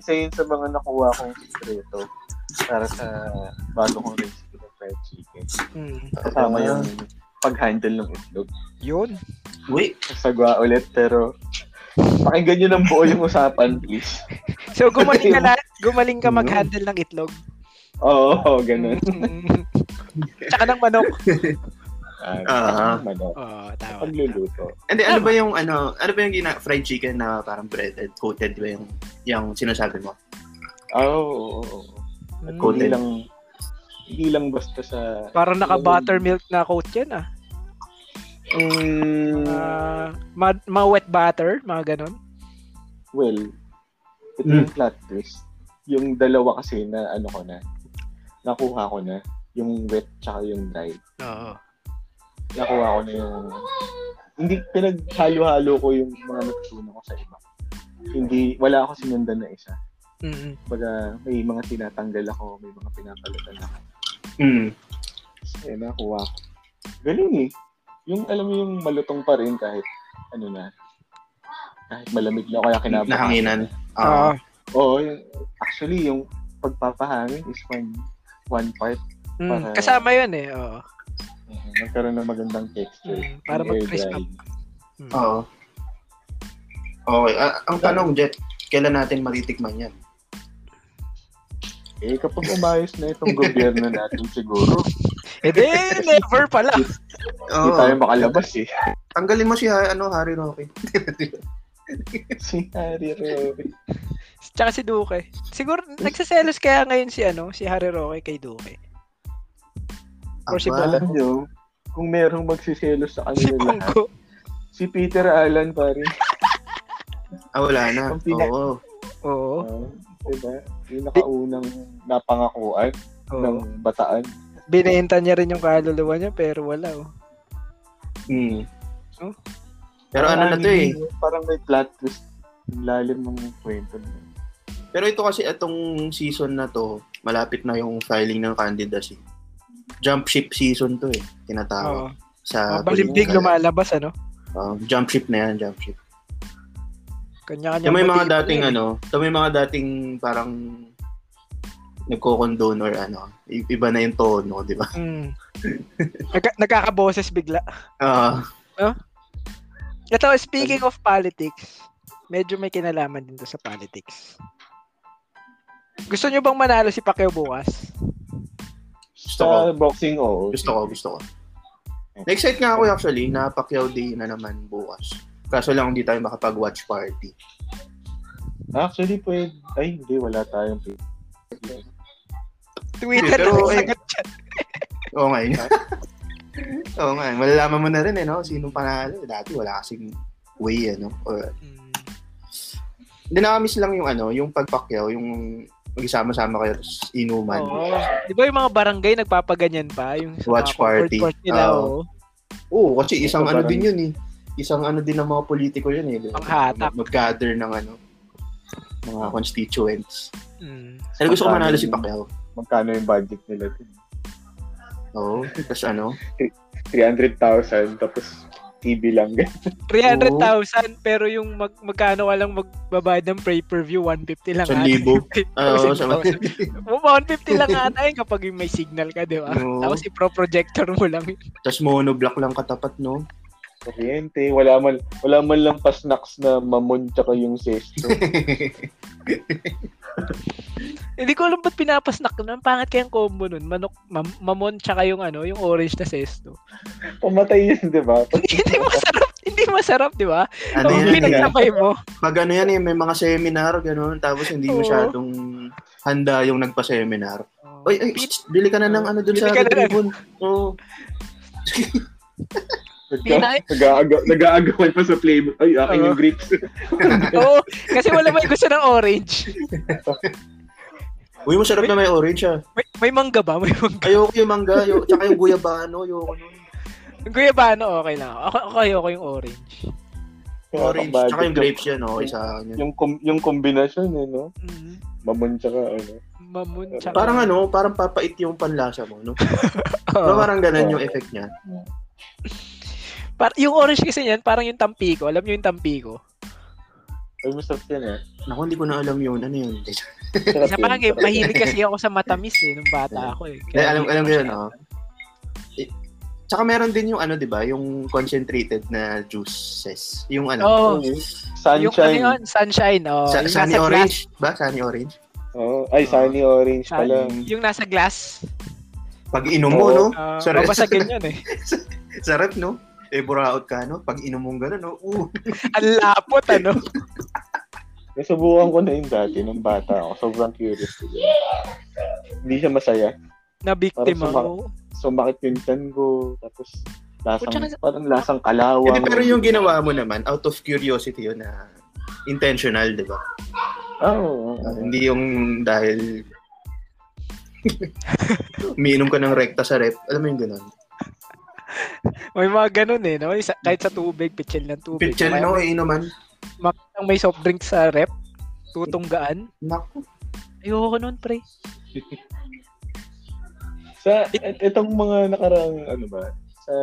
Speaker 3: isa yun sa mga nakuha kong sikreto para sa bago kong recipe ng fried chicken.
Speaker 2: Mm.
Speaker 3: Kasama
Speaker 1: Ah.
Speaker 3: yung pag-handle ng itlog.
Speaker 2: Yun.
Speaker 1: Uy,
Speaker 3: Sagwa ulit, pero pakinggan nyo ng buo yung usapan, please.
Speaker 2: So
Speaker 1: *laughs*
Speaker 2: gumaling ka
Speaker 3: Yun.
Speaker 2: na, gumaling ka
Speaker 3: Mm.
Speaker 2: mag-handle ng itlog.
Speaker 3: Oo, oh, ganun.
Speaker 2: Mm. *laughs* Tsaka ng manok.
Speaker 1: Ah.
Speaker 3: Ah, manok.
Speaker 2: Oo, tama.
Speaker 3: Pagluluto.
Speaker 1: Hindi, ano ba yung ano, ano ba yung gina- fried chicken na parang breaded coated di ba yung yung sinasabi mo?
Speaker 3: Ah, Oo, oo, oo, oo. At
Speaker 2: Mm.
Speaker 1: Coated.
Speaker 3: hindi lang, hindi lang basta sa...
Speaker 2: Parang naka-buttermilk na coat yan ah.
Speaker 3: Mm,
Speaker 2: Uh, ma- mga wet butter, mga ganun.
Speaker 3: well, ito yung plot twist. Yung dalawa kasi na ano ko na, nakuha ko na, yung wet tsaka yung dry.
Speaker 2: Oo.
Speaker 3: Nakuha ko na yung, hindi, pinaghalo-halo ko yung mga natutunan ko sa iba. Hindi, wala ako sinundan na isa.
Speaker 2: Mm.
Speaker 3: Baga, may mga tinatanggal ako, may mga pinapalitan ako.
Speaker 1: Mm.
Speaker 3: Eh, nakuha ko. Galing eh. Yung alam mo yung malutong pa rin kahit ano na. Kahit malamig na o kaya kinabukasan.
Speaker 1: Nahanginan.
Speaker 2: Oo.
Speaker 1: Ah,
Speaker 3: Oo. Yung, actually, yung pagpapahangin is one, one part.
Speaker 2: Mm,
Speaker 3: para-
Speaker 2: kasama yun eh. Oo.
Speaker 3: Uh, magkaroon ng magandang texture.
Speaker 2: Mm, para
Speaker 3: Yung air
Speaker 2: mag-crisp
Speaker 3: dry.
Speaker 2: up. Mm.
Speaker 1: Oo. Okay. Ah, ang tanong, Jet, kailan natin matitikman yan?
Speaker 3: Eh, kapag umayos na itong gobyerno
Speaker 2: *laughs*
Speaker 3: natin siguro,
Speaker 2: Eh, di, never pala.
Speaker 3: hindi tayo makalabas eh. *laughs*
Speaker 1: Tanggalin mo si ha- ano, Harry Roque.
Speaker 3: si Harry Rory.
Speaker 2: Tsaka si Duque. Siguro, nagsaselos kaya ngayon si ano, si Harry Roque kay Duque. Or si
Speaker 1: Aba.
Speaker 2: Bongo.
Speaker 3: Alam nyo, kung merong magsiselos sa
Speaker 2: Si *laughs*
Speaker 3: kanila lahat,
Speaker 2: Bongo.
Speaker 3: si Peter Allen pa rin.
Speaker 1: Ah, wala na.
Speaker 3: Ang pina-
Speaker 1: Oo.
Speaker 2: Oo.
Speaker 3: Uh, diba? Yung nakaunang napangakuan
Speaker 2: oo.
Speaker 3: ng bataan.
Speaker 2: Binenta niya rin yung kaluluwa niya, pero wala. Oh.
Speaker 1: Hmm.
Speaker 2: Oh.
Speaker 1: Pero ano na to eh.
Speaker 3: Parang may plot twist. Ang lalim ng kwento. na yun.
Speaker 1: Pero ito kasi itong season na to, malapit na yung filing ng candidacy. Jump ship season to eh, tinatawag.
Speaker 2: Oo.
Speaker 1: Sa
Speaker 2: Uh, Balimbing
Speaker 1: political.
Speaker 2: lumalabas, ano?
Speaker 1: Oo, jump ship na yan, jump ship.
Speaker 2: Kanya-kanya.
Speaker 1: Ito may mga dating ano, ito may mga dating parang nagko-condone or ano, i- iba na yung tono, di ba? *laughs*
Speaker 2: Mm. Nagka- nagkakaboses bigla.
Speaker 1: Ah,
Speaker 2: Ito, speaking
Speaker 1: Ano?
Speaker 2: of politics, medyo may kinalaman din to sa politics. Gusto nyo bang manalo si Pacquiao bukas?
Speaker 1: gusto ko.
Speaker 3: Sa boxing, oo.
Speaker 1: Gusto ko, gusto ko. Na-excite nga ako actually na Pacquiao Day na naman bukas. Kaso lang hindi tayo makapag-watch party.
Speaker 3: Actually, pwede. Ay, hindi. Wala tayong
Speaker 2: Twitter
Speaker 1: Pero,
Speaker 2: na
Speaker 1: eh,
Speaker 2: nagsagot siya.
Speaker 1: Oo nga yun. *laughs* Oo nga yun. Malalaman mo na rin eh, no? Sino panalo. Dati wala kasing way, ano? Or,
Speaker 2: Mm.
Speaker 1: hindi nakamiss lang yung ano, yung pagpakyaw, yung magsama-sama kayo tapos inuman.
Speaker 2: Oo. Di ba yung mga barangay nagpapaganyan pa? Yung sa
Speaker 1: Watch
Speaker 2: mga comfort
Speaker 1: party.
Speaker 2: Party nila, oh.
Speaker 1: Oo.
Speaker 2: oo.
Speaker 1: Oo, kasi isang
Speaker 3: Ito,
Speaker 1: ano
Speaker 3: parang-
Speaker 1: din yun eh. Isang ano din ng mga politiko yun eh. di ba?
Speaker 2: Panghatak.
Speaker 1: Mag-gather ng ano, mga constituents.
Speaker 2: Mm.
Speaker 1: Pero gusto ko manalo si Pacquiao.
Speaker 3: magkano yung budget nila. dun.
Speaker 1: Oo. Tapos ano,
Speaker 3: 300,000 tapos TV lang. *laughs*
Speaker 2: 300,000 pero yung mag, magkano ka lang magbabayad ng pay-per-view 150 lang. *laughs*
Speaker 1: 1,000. Oo, sa mga...
Speaker 2: 150 lang ata yun kapag yung may signal ka, di ba?
Speaker 1: Oo.
Speaker 2: Tapos i-pro-projector mo lang. yun.
Speaker 1: Tapos monoblock lang katapat, no? *laughs*
Speaker 3: Kuryente, wala man, wala man lang pa snacks na mamon tsaka yung
Speaker 1: *laughs*
Speaker 3: sesto.
Speaker 2: Hindi ko alam ba't pinapasnak nun. Ang Pangat kayang combo nun. Manok, mam- mamon, tsaka yung ano, yung orange na sesto. *laughs*
Speaker 3: Pumatay yun, di ba? Pag-
Speaker 2: hindi masarap. Hindi masarap, di ba?
Speaker 1: Ano
Speaker 2: Kapag
Speaker 1: yan eh.
Speaker 2: pinagsabay mo.
Speaker 1: Pag ano yan eh, may mga seminar, gano'n. Tapos hindi
Speaker 2: Oo.
Speaker 1: masyadong handa yung nagpa-seminar. *laughs* Oy, ay,
Speaker 2: Pit-
Speaker 1: shh, bili ka na ng ano dun sa
Speaker 2: Bili ka na lang.
Speaker 1: Retribun. Oo.
Speaker 2: Pinay-
Speaker 3: Nag-aagaw, nag-aagawan pa sa flavor. Ay, akin
Speaker 2: Oo.
Speaker 3: yung grapes.
Speaker 2: Oo, kasi wala may gusto ng orange.
Speaker 1: Uy, masarap na may orange ah.
Speaker 2: May, may mangga ba? May mangga.
Speaker 1: Ayoko yung mangga, ayo, tsaka yung guyabano, ayoko nun.
Speaker 2: Yung guyabano, okay lang. Ako, ako ayoko yung orange.
Speaker 1: Orange,
Speaker 3: Kapag-
Speaker 1: tsaka yung grapes yan, oh, okay sa akin yun.
Speaker 3: Yung, kom- yung kombinasyon, eh, no?
Speaker 2: Mm,
Speaker 3: Mamon tsaka, ano.
Speaker 2: mamun, tsaka...
Speaker 1: Parang ano, parang papait yung panlasa mo, no?
Speaker 2: Oo.
Speaker 1: Pero parang ganun
Speaker 3: Oo.
Speaker 1: yung effect niya.
Speaker 2: Par- yung orange kasi niyan, parang yung Tampico. Alam niyo yung Tampico?
Speaker 3: Ay, masarap yan, eh.
Speaker 1: Naku, hindi ko na alam yun. Ano yun?
Speaker 3: Sarap
Speaker 2: Sa
Speaker 3: yun,
Speaker 2: bagay,
Speaker 3: sarap.
Speaker 2: mahilig kasi ako sa matamis eh, nung bata ako eh.
Speaker 1: Eh, alam, alam ko yun, oh. Eh, Tsaka meron din yung ano, di ba? Yung concentrated na juices. Yung ano,
Speaker 2: Oo.
Speaker 3: Oo, eh.
Speaker 2: Yung ano
Speaker 3: Sunshine.
Speaker 2: yun, sunshine. Oh,
Speaker 1: sa,
Speaker 2: yung
Speaker 1: sunny
Speaker 2: nasa
Speaker 1: orange. Ba? Sunny orange.
Speaker 3: Oo. Ay, sunny orange
Speaker 2: Glass,
Speaker 3: pala.
Speaker 2: Sun- Ah, yung nasa glass.
Speaker 1: Pag inom mo,
Speaker 3: Oo. ah,
Speaker 1: no?
Speaker 2: Uh,
Speaker 1: Oh, Sorry.
Speaker 2: babasagin yun eh.
Speaker 1: *laughs* Sarap, no? Eh, buraot ka, no? Pag inom mong gano'n, no?
Speaker 2: *laughs*
Speaker 1: Uh,
Speaker 2: Ang lapot ano.
Speaker 3: Nasubukan ko na yun dati, nung bata ako. Sobrang curious. ko yun. Hindi siya masaya.
Speaker 2: Na biktima.
Speaker 3: Parang
Speaker 2: Oh.
Speaker 3: sumakit yung tiyan ko, tapos lasang,
Speaker 2: O, tsaka-
Speaker 3: parang lasang kalawang.
Speaker 1: Hindi, pero yung ginawa mo naman, out of curiosity yun na intentional, di ba?
Speaker 3: Oo. Oh,
Speaker 1: Ah, hindi yung dahil *laughs* umiinom ka ng rekta sa rep. Alam mo yung gano'n?
Speaker 2: May mga ganun eh, no? Isa- kahit sa tubig, pitchel ng tubig.
Speaker 1: Pitchel,
Speaker 2: Kaya
Speaker 1: no? Eh, Iinuman.
Speaker 2: Makitang may soft drink sa rep, tutunggaan.
Speaker 1: Naku.
Speaker 2: Ayoko nun, pre.
Speaker 3: Sa, et- etong mga nakaraang, ano ba, sa,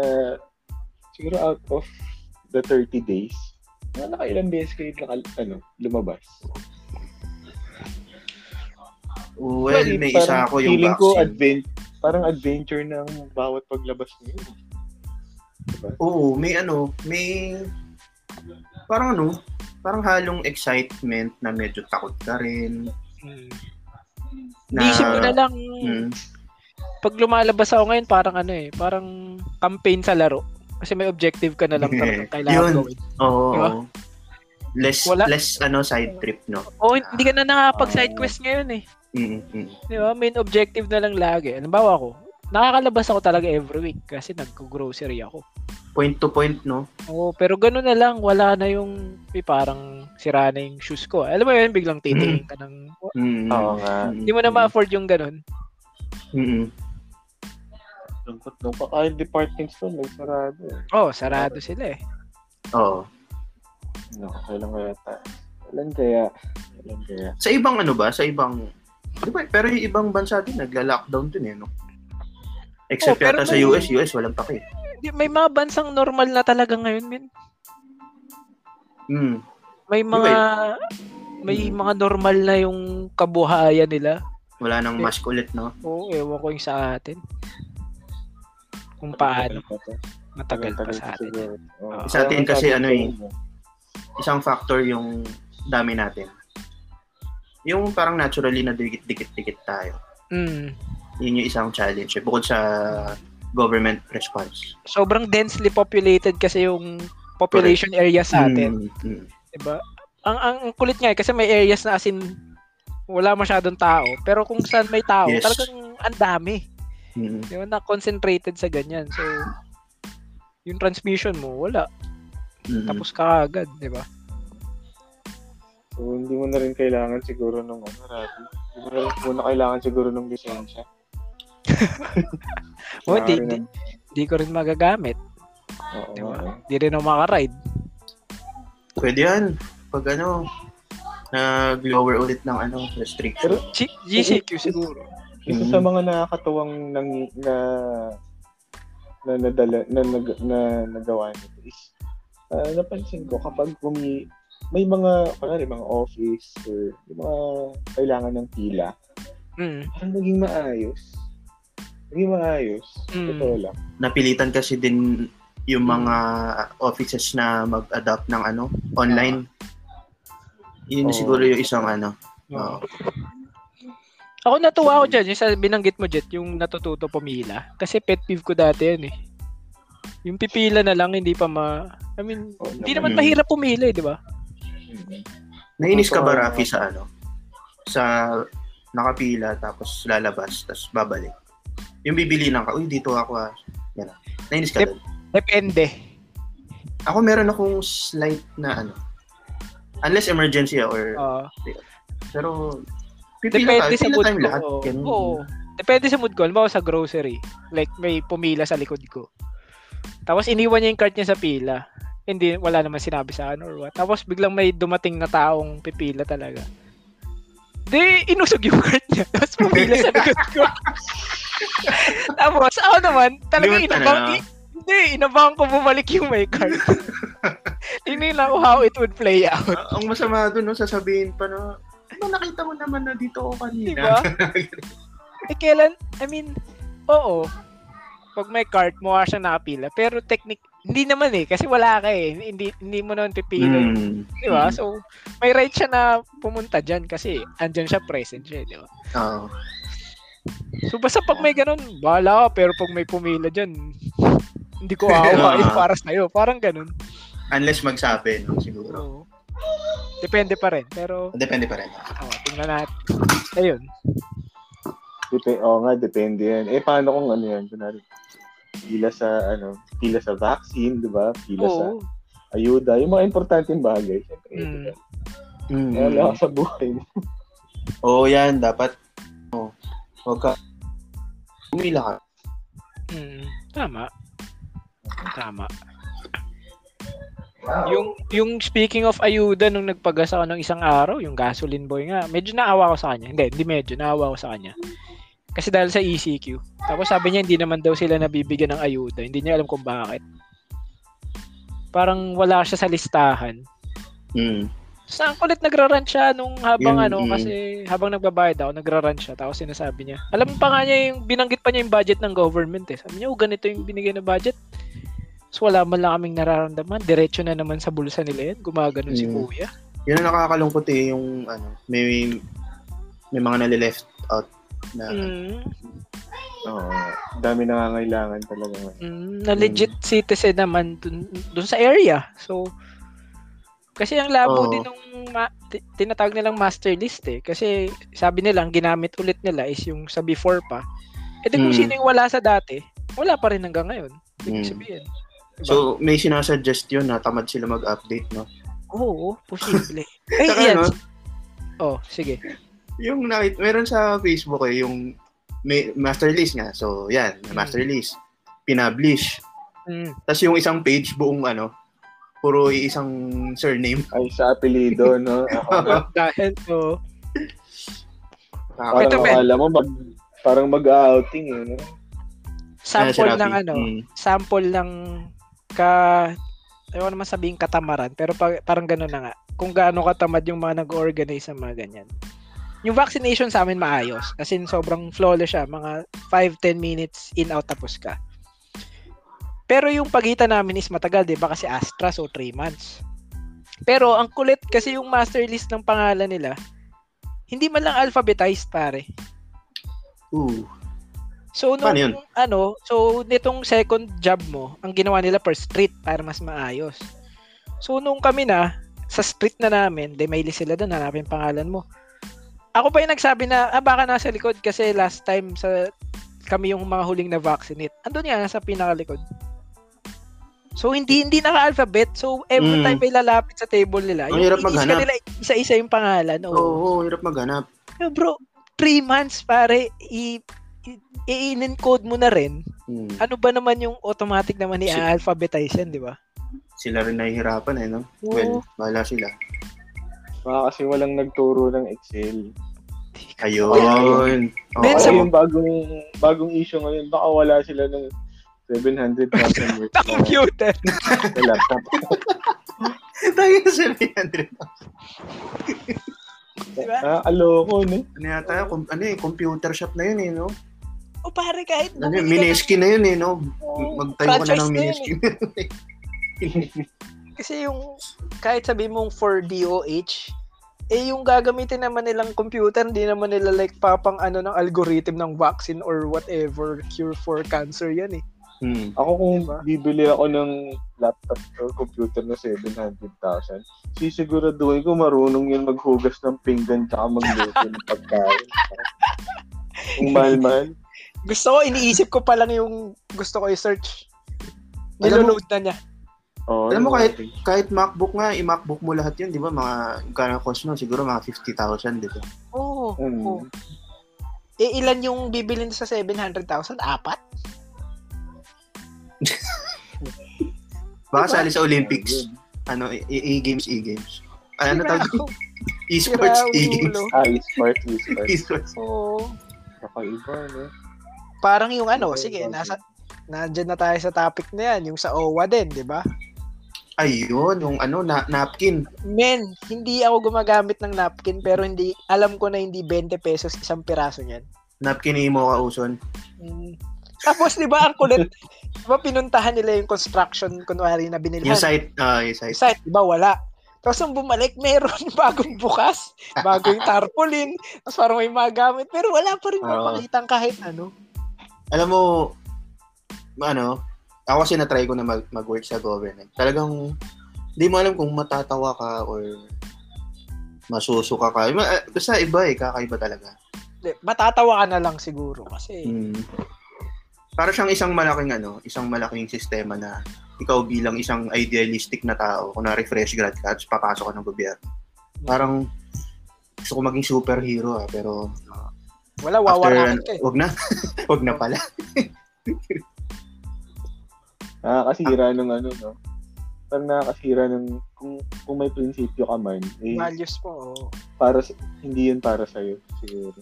Speaker 3: siguro out of the 30 days, ano nakailang beses kayo naka, ano, lumabas?
Speaker 1: Well,
Speaker 3: Actually,
Speaker 1: may
Speaker 3: parang
Speaker 1: isa ako yung
Speaker 3: feeling
Speaker 1: vaccine.
Speaker 3: Ko advent, parang adventure ng bawat paglabas mo yun.
Speaker 1: Oo, may ano, may parang ano, parang halong excitement na medyo takot ka rin.
Speaker 2: Mm.
Speaker 1: Hmm. Na,
Speaker 2: Naisip ko na lang,
Speaker 1: Mm,
Speaker 2: pag lumalabas ako ngayon, parang ano eh, parang campaign sa laro. Kasi may objective ka na lang talaga kailangan
Speaker 1: Hmm. Yun.
Speaker 2: gawin.
Speaker 1: oo.
Speaker 2: Diba?
Speaker 1: Less,
Speaker 2: Wala.
Speaker 1: less ano, side trip, no?
Speaker 2: O hindi ka na nakapag-side quest ngayon eh.
Speaker 1: Mm, mm, mm.
Speaker 2: Di ba? Main objective na lang lagi. Halimbawa ako, nakakalabas ako talaga every week kasi nagko-grocery ako.
Speaker 1: Point to point, no?
Speaker 2: Oo, pero gano'n na lang, wala na yung eh, parang sira na yung shoes ko. Alam mo yun, biglang titingin ka ng...
Speaker 1: Mm,
Speaker 3: Oo nga.
Speaker 2: Hindi mo na ma-afford yung gano'n.
Speaker 1: Mm, mm.
Speaker 3: Lungkot no. Baka yung department store, may sarado. eh.
Speaker 2: Oo, oh, sarado sila eh.
Speaker 1: Oo.
Speaker 3: No, kailan kaya tayo? Kailan kaya? Kailan kaya?
Speaker 1: Sa ibang ano ba? Sa ibang... Di ba? Pero yung ibang bansa din, nagla-lockdown din eh, no? Except
Speaker 2: Oo, pero
Speaker 1: yata sa
Speaker 2: may-
Speaker 1: US, US walang pake.
Speaker 2: Hindi, May mga bansang normal na talaga ngayon, men.
Speaker 1: Mm.
Speaker 2: May mga... May mga normal na yung kabuhayan nila.
Speaker 1: Wala nang mask ulit, no?
Speaker 2: Oo, ewan ko yung sa atin. Kung paano. Matagal pa sa atin.
Speaker 3: siguro. Oo.
Speaker 2: Sa
Speaker 3: Kaya
Speaker 1: atin
Speaker 3: may
Speaker 1: kasi
Speaker 3: sabi
Speaker 1: ano
Speaker 3: ko,
Speaker 1: eh. Isang factor yung dami natin. Yung parang naturally na dikit-dikit-dikit tayo.
Speaker 2: Mm.
Speaker 1: Yun yung isang challenge. eh, Bukod sa government response.
Speaker 2: sobrang densely populated kasi yung population area sa atin,
Speaker 1: Mm, mm.
Speaker 2: 'di ba? Diba? Ang ang ang kulit nga eh, kasi may areas na as in wala masyadong tao, pero kung saan may tao,
Speaker 1: Yes.
Speaker 2: talagang ang dami.
Speaker 1: Mm.
Speaker 2: 'Di ba? Na-concentrated sa ganyan. So yung transmission mo wala,
Speaker 1: Mm.
Speaker 2: tapos ka agad, diba? 'di ba?
Speaker 3: So, hindi mo na rin kailangan siguro ng ano, Rabi. Hindi mo na rin muna kailangan siguro ng lisensya.
Speaker 2: O di,
Speaker 3: Maaari
Speaker 2: di,
Speaker 3: na-
Speaker 2: di ko rin magagamit.
Speaker 3: Oo,
Speaker 2: Di ba?
Speaker 3: oo.
Speaker 2: Di rin ako makaride.
Speaker 1: Pwede yan. Pag ano, nag-lower ulit ng ano, restriction.
Speaker 2: G- GCQ siguro.
Speaker 3: Isa sa mga nakakatuwang nang na na nadala na, na, na nagawa nito is ah, napansin ko kapag kumi may mga kunwari mga office or yung mga kailangan ng pila
Speaker 2: Mm.
Speaker 3: parang naging maayos naging maayos
Speaker 2: Mm.
Speaker 3: totoo lang
Speaker 1: Napilitan kasi din yung mga offices na mag-adapt ng ano, online. Yun
Speaker 3: Oo.
Speaker 1: siguro yung isang ano. Oo.
Speaker 2: Oo. Ako natuwa ako dyan, yung sa binanggit mo Jet, yung natututo pumila. Kasi pet peeve ko dati yun eh. Yung pipila na lang, hindi pa ma... I mean,
Speaker 3: Oo,
Speaker 2: hindi
Speaker 1: naman.
Speaker 2: naman mahirap pumila eh, di ba?
Speaker 1: Nainis ka ba,
Speaker 3: Totoo.
Speaker 1: Rafi, sa ano? Sa nakapila, tapos lalabas, tapos babalik. Yung bibili ng ka, uy, dito ako ah. Yan ah. Nainis ka
Speaker 2: Yep.
Speaker 1: doon.
Speaker 2: Depende.
Speaker 1: Ako meron akong slight na ano. Unless emergency ah, or...
Speaker 2: Oo.
Speaker 1: Pero, pipila
Speaker 2: depende
Speaker 1: tayo,
Speaker 2: sa
Speaker 1: pila
Speaker 2: mood
Speaker 1: tayong
Speaker 2: ko.
Speaker 1: lahat.
Speaker 2: Oo.
Speaker 1: Ganun.
Speaker 2: Oo. Depende sa mood ko. Halimbawa sa grocery. Like, may pumila sa likod ko. Tapos iniwan niya yung cart niya sa pila. Hindi, wala naman sinabi sa akin or what. Tapos biglang may dumating na taong pipila talaga. Di, inusog yung *laughs* cart niya. Tapos pumila sa likod ko. *laughs* Tapos, ako naman, talaga
Speaker 1: Hindi mo
Speaker 2: inabang,
Speaker 1: tanong,
Speaker 2: i- hindi, inabang ko bumalik yung may cart.
Speaker 1: *laughs*
Speaker 2: Tingnan lang ko how it would play out.
Speaker 1: Ah, ang masama doon, no, sasabihin pa na, ano nakita mo naman na dito ako kanina? *laughs*
Speaker 2: Diba? eh, kailan, I mean, oo. Pag may cart, mukha siyang nakapila. Pero technique, hindi naman eh. Kasi wala ka eh. Hindi, hindi mo naman pipila.
Speaker 1: Mm.
Speaker 2: Di ba? So, may right siya na pumunta dyan kasi andyan siya, present siya. eh, Di ba?
Speaker 1: Oo.
Speaker 2: So, basta pag may ganun, bahala ka. Pero pag may pumila dyan, hindi
Speaker 1: *laughs*
Speaker 2: ko aawain
Speaker 1: Ah.
Speaker 2: para sa'yo. Parang ganun.
Speaker 1: unless magsabi, no, siguro.
Speaker 2: So, depende pa rin. Pero,
Speaker 1: Depende pa rin.
Speaker 2: oh, tingnan natin. Ayun.
Speaker 3: Dep- oo nga depende yan eh paano kung ano yan kunwari pila sa ano pila sa vaccine di ba pila sa
Speaker 2: Oo.
Speaker 3: ayuda yung mga importanteng bagay syempre eh,
Speaker 2: Mm.
Speaker 3: di ba?
Speaker 1: Mm.
Speaker 3: Wala ka sa buhay mo.
Speaker 1: Oo, yan. Dapat, oh, huwag ka, umila ka.
Speaker 2: Mm, tama. Tama. Yung yung speaking of ayuda nung nagpagas ako ng isang araw, yung gasoline boy nga, medyo naawa ko sa kanya. Hindi, hindi medyo naawa ko sa kanya. Kasi dahil sa ECQ. Tapos sabi niya hindi naman daw sila nabibigyan ng ayuda. Hindi niya alam kung bakit. Parang wala siya sa listahan.
Speaker 1: Mm.
Speaker 2: Saan kulit nagra-rant siya nung habang
Speaker 1: Yun,
Speaker 2: ano
Speaker 1: mm.
Speaker 2: kasi habang nagbabayad ako nagra-rant siya tapos sinasabi niya. Alam pa nga niya yung binanggit pa niya yung budget ng government eh. Sabi niya oh ganito yung binigay na budget. So wala man lang kaming nararamdaman. Diretso na naman sa bulsa nila yan. Gumaganon si
Speaker 1: Mm.
Speaker 2: kuya.
Speaker 1: Yun ang nakakalungkot eh, yung ano, may may mga nalileft out na
Speaker 2: Mm.
Speaker 3: Oo. Ang dami nangangailangan talaga. ngayon.
Speaker 2: Mm, na legit citizen naman dun, dun sa area. So, kasi ang labo
Speaker 1: Oo.
Speaker 2: din ng ma- ti- tinatawag nilang master list eh. Kasi sabi nila, ang ginamit ulit nila is yung sa before pa. E di kung
Speaker 1: Mm.
Speaker 2: sino yung wala sa dati, wala pa rin hanggang ngayon. Ibig
Speaker 1: Mm.
Speaker 2: sabihin. Diba?
Speaker 1: So, may sinasuggest yun na tamad sila mag-update, no?
Speaker 2: Oo,
Speaker 1: *laughs*
Speaker 2: posible. Eh,
Speaker 1: Saka
Speaker 2: yan.
Speaker 1: ano?
Speaker 2: Oh, sige.
Speaker 1: Yung nakit, meron sa Facebook eh, yung may master list nga. So, yan,
Speaker 2: Mm.
Speaker 1: master list. Pinablish.
Speaker 2: Mm.
Speaker 1: Tapos yung isang page, buong ano, puro isang
Speaker 2: *laughs*
Speaker 1: surname.
Speaker 3: Ay, sa apelido, *laughs* no?
Speaker 2: Dahil, oh,
Speaker 1: Nakaka-
Speaker 2: Ito,
Speaker 3: parang
Speaker 2: Ben.
Speaker 3: akala mo, mag, parang mag-outing eh.
Speaker 1: Ano,
Speaker 3: no?
Speaker 1: si Rafi?
Speaker 2: sample ng ano,
Speaker 1: Mm.
Speaker 2: sample ng ka ayaw naman sabihin katamaran pero pa- parang gano'n na nga kung gaano katamad yung mga nag-organize ng mga ganyan yung vaccination sa amin maayos as in sobrang flawless siya mga 5-10 minutes in out tapos ka pero yung pagitan namin is matagal 'di ba kasi Astra so 3 months pero ang kulit kasi yung master list ng pangalan nila hindi man lang alphabetized pare
Speaker 1: Ooh.
Speaker 2: So, nung,
Speaker 1: Paano yun?
Speaker 2: ano, so, nitong second job mo, ang ginawa nila per street para mas maayos. So, nung kami na, sa street na namin, de may list sila doon, hanapin pangalan mo. Ako pa yung nagsabi na, ah, baka nasa likod kasi last time sa kami yung mga huling na vaccinate. Andun nga, nasa pinakalikod. So, hindi hindi naka-alphabet. So, every
Speaker 1: Mm.
Speaker 2: time may lalapit sa table nila,
Speaker 1: Ang hirap
Speaker 2: iniisip
Speaker 1: maghanap.
Speaker 2: nila isa-isa yung pangalan.
Speaker 1: Oo,
Speaker 2: Oo.
Speaker 1: oo, hirap maghanap.
Speaker 2: Yo, bro, three months pare, i- i- i-encode mo na rin.
Speaker 1: Mm.
Speaker 2: Ano ba naman yung automatic naman ni
Speaker 1: Si-
Speaker 2: alphabetize yan, di ba?
Speaker 1: Sila rin nahihirapan eh, no? Well, wala sila.
Speaker 3: Baka kasi walang nagturo ng Excel.
Speaker 1: Ayun. *laughs* Oo.
Speaker 2: Then,
Speaker 3: Kasi
Speaker 2: sa-
Speaker 3: yung bagong, bagong issue ngayon, baka wala sila ng 700,000 words
Speaker 2: *laughs* Ta
Speaker 3: na
Speaker 2: computer.
Speaker 3: sa
Speaker 2: *laughs*
Speaker 3: laptop.
Speaker 1: Tayo na 700.
Speaker 2: Diba?
Speaker 3: Ah, aloko, no?
Speaker 1: Ano yata, com- ano eh, computer shop na yun eh, no?
Speaker 2: O pare kahit
Speaker 1: Ano yun,
Speaker 2: bumili ka
Speaker 1: miniski na yun eh, no?
Speaker 2: Oo,
Speaker 1: Magtayo ka na ng
Speaker 2: franchise na yun
Speaker 1: miniski.
Speaker 2: ng- kasi yung kahit sabi mong for DOH, eh yung gagamitin naman nilang computer, hindi naman nila like papang ano ng algorithm ng vaccine or whatever cure for cancer yan eh.
Speaker 1: *laughs* Hmm.
Speaker 3: Ako kung bibili ako ng laptop or computer na 700,000, sisiguraduhin ko marunong yun maghugas ng pinggan tsaka magluto ng
Speaker 1: *laughs*
Speaker 3: pagkain. Kung mahal-mahal.
Speaker 2: Gusto ko, iniisip ko pa lang yung gusto ko i-search.
Speaker 1: Alam mo-
Speaker 2: Niloload na niya.
Speaker 3: Oo,
Speaker 1: Alam mo,
Speaker 3: yung
Speaker 1: kahit-
Speaker 3: mga-
Speaker 1: Kahit MacBook nga, i-MacBook mo lahat yun, di ba? Mga, gano'ng cost nun, siguro mga 50,000, di ba?
Speaker 2: Oo.
Speaker 3: Mm.
Speaker 2: oo. Eh, ilan yung bibilin sa 700,000? Apat?
Speaker 1: Baka
Speaker 2: Diba?
Speaker 1: sali sa Olympics, ano, e- e- e-games, e-games. Ay, ano
Speaker 2: Sira *laughs*
Speaker 1: tawag?
Speaker 2: ako.
Speaker 1: E-sports,
Speaker 2: Sira ang
Speaker 1: e-games.
Speaker 2: ulo.
Speaker 3: Ah, e-smart, e-smart.
Speaker 1: *laughs* E-sports.
Speaker 2: Oo.
Speaker 3: Kakaiba, no?
Speaker 2: Parang yung ano,
Speaker 3: Kakaiba.
Speaker 2: sige, nasa, nandyan na tayo sa topic na yan, yung sa OWA din, di ba?
Speaker 1: Ayun, yung ano, na, napkin.
Speaker 2: Men, hindi ako gumagamit ng napkin pero hindi, alam ko na hindi 20 pesos isang piraso niyan.
Speaker 1: Napkin ni Mocha Uson.
Speaker 2: Mm. Tapos, di ba, ang kulit, di ba pinuntahan nila yung construction, kunwari, na binilhan.
Speaker 1: Yung site, ah, yung site.
Speaker 2: site, di ba, wala. Tapos nung bumalik, meron *laughs* bagong bukas, bago yung tarpaulin, tapos parang may magamit, pero wala pa rin
Speaker 1: Oo.
Speaker 2: mapakitang kahit ano.
Speaker 1: alam mo, ano, ako kasi na-try ko na mag- mag-work sa government. Talagang, hindi mo alam kung matatawa ka or masusuka ka. Yung mga- Basta iba eh, kakaiba talaga.
Speaker 2: Di, Matatawa ka na lang siguro kasi
Speaker 1: Mm. Para siyang isang malaking ano, isang malaking sistema na ikaw bilang isang idealistic na tao, kunwari fresh grad ka, tapos papasok ka ng gobyerno. Parang, gusto ko maging superhero ah, pero
Speaker 2: wala
Speaker 1: after,
Speaker 2: wawalan
Speaker 1: ano,
Speaker 2: ka. eh.
Speaker 1: wag na, *laughs* wag na pala.
Speaker 3: Nakakasira ng ano, no? Parang nakakasira ng, kung, kung may prinsipyo
Speaker 1: ano,
Speaker 3: ka man, eh,
Speaker 2: Values po. oo.
Speaker 3: para sa- hindi yun para sa'yo, siguro.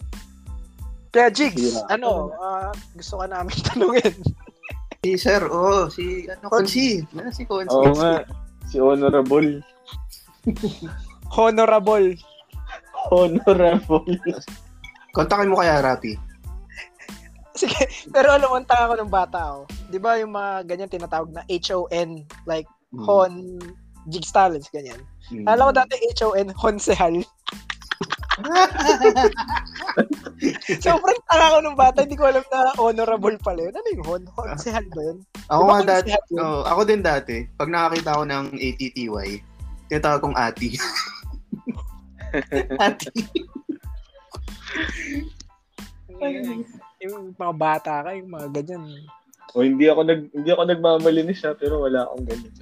Speaker 2: Kaya Jigs,
Speaker 3: Sira.
Speaker 2: ano, ah, gusto ka namin *laughs* tanungin.
Speaker 1: Si Sir, oo. si, ano, Consi. Ano si Consi?
Speaker 3: Oo nga. Si Honorable.
Speaker 2: Honorable.
Speaker 3: Honorable.
Speaker 1: Kontakin mo kaya, Rapi.
Speaker 2: Sige, pero alam mo, ang tanga ko ng bata, oh. Di ba yung mga ganyan tinatawag na H-O-N, like,
Speaker 1: Hmm.
Speaker 2: Hon, Jigs Talents, ganyan.
Speaker 1: Mm.
Speaker 2: Alam ko dati H-O-N, Honsehal. Sobrang tanga ko nung bata, hindi ko alam na honorable pala yun. Ano yung Hon? Honsehal ba yun?
Speaker 1: Ako
Speaker 2: Di ba
Speaker 1: nga dati,
Speaker 2: Honsehal yun?
Speaker 1: oo, ako din dati, pag nakakita ko ng ATTY, tinatawag kong ati. *laughs* ati.
Speaker 2: Yung- Yung mga bata ka, yung mga ganyan.
Speaker 3: O hindi ako nag hindi ako nagmamalinis siya pero wala akong ganyan.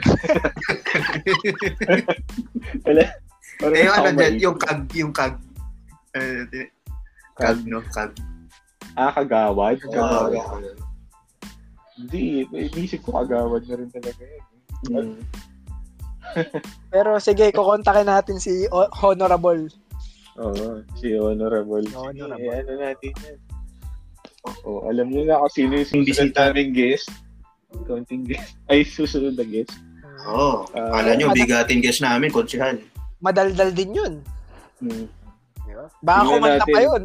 Speaker 3: wala. Pero
Speaker 1: Eh, yung ano dyan, yung kag, yung kag. eh, tin- kag, no? Kag.
Speaker 3: ah, kagawad.
Speaker 1: Oo,
Speaker 3: Kagawad. Hindi, inisip ko kagawad na rin talaga yun.
Speaker 1: Mm.
Speaker 2: Pero sige, kukontakin natin si O- Honorable.
Speaker 3: Oo, si Honorable.
Speaker 2: Si Honorable.
Speaker 3: Sige, ano natin yan. Oo, alam niyo na kung sino yung
Speaker 1: Yung
Speaker 3: susunod
Speaker 1: bisita.
Speaker 3: naming guest. Counting guest. *laughs* Ay, susunod na guest.
Speaker 1: Oo. Oh,
Speaker 3: Ah,
Speaker 1: Kala nyo, bigatin guest namin, konsihal.
Speaker 2: Madaldal din yun.
Speaker 3: Hmm.
Speaker 1: Mm.
Speaker 2: Baka
Speaker 3: Tingnan
Speaker 2: kumanta
Speaker 3: natin.
Speaker 2: pa yun.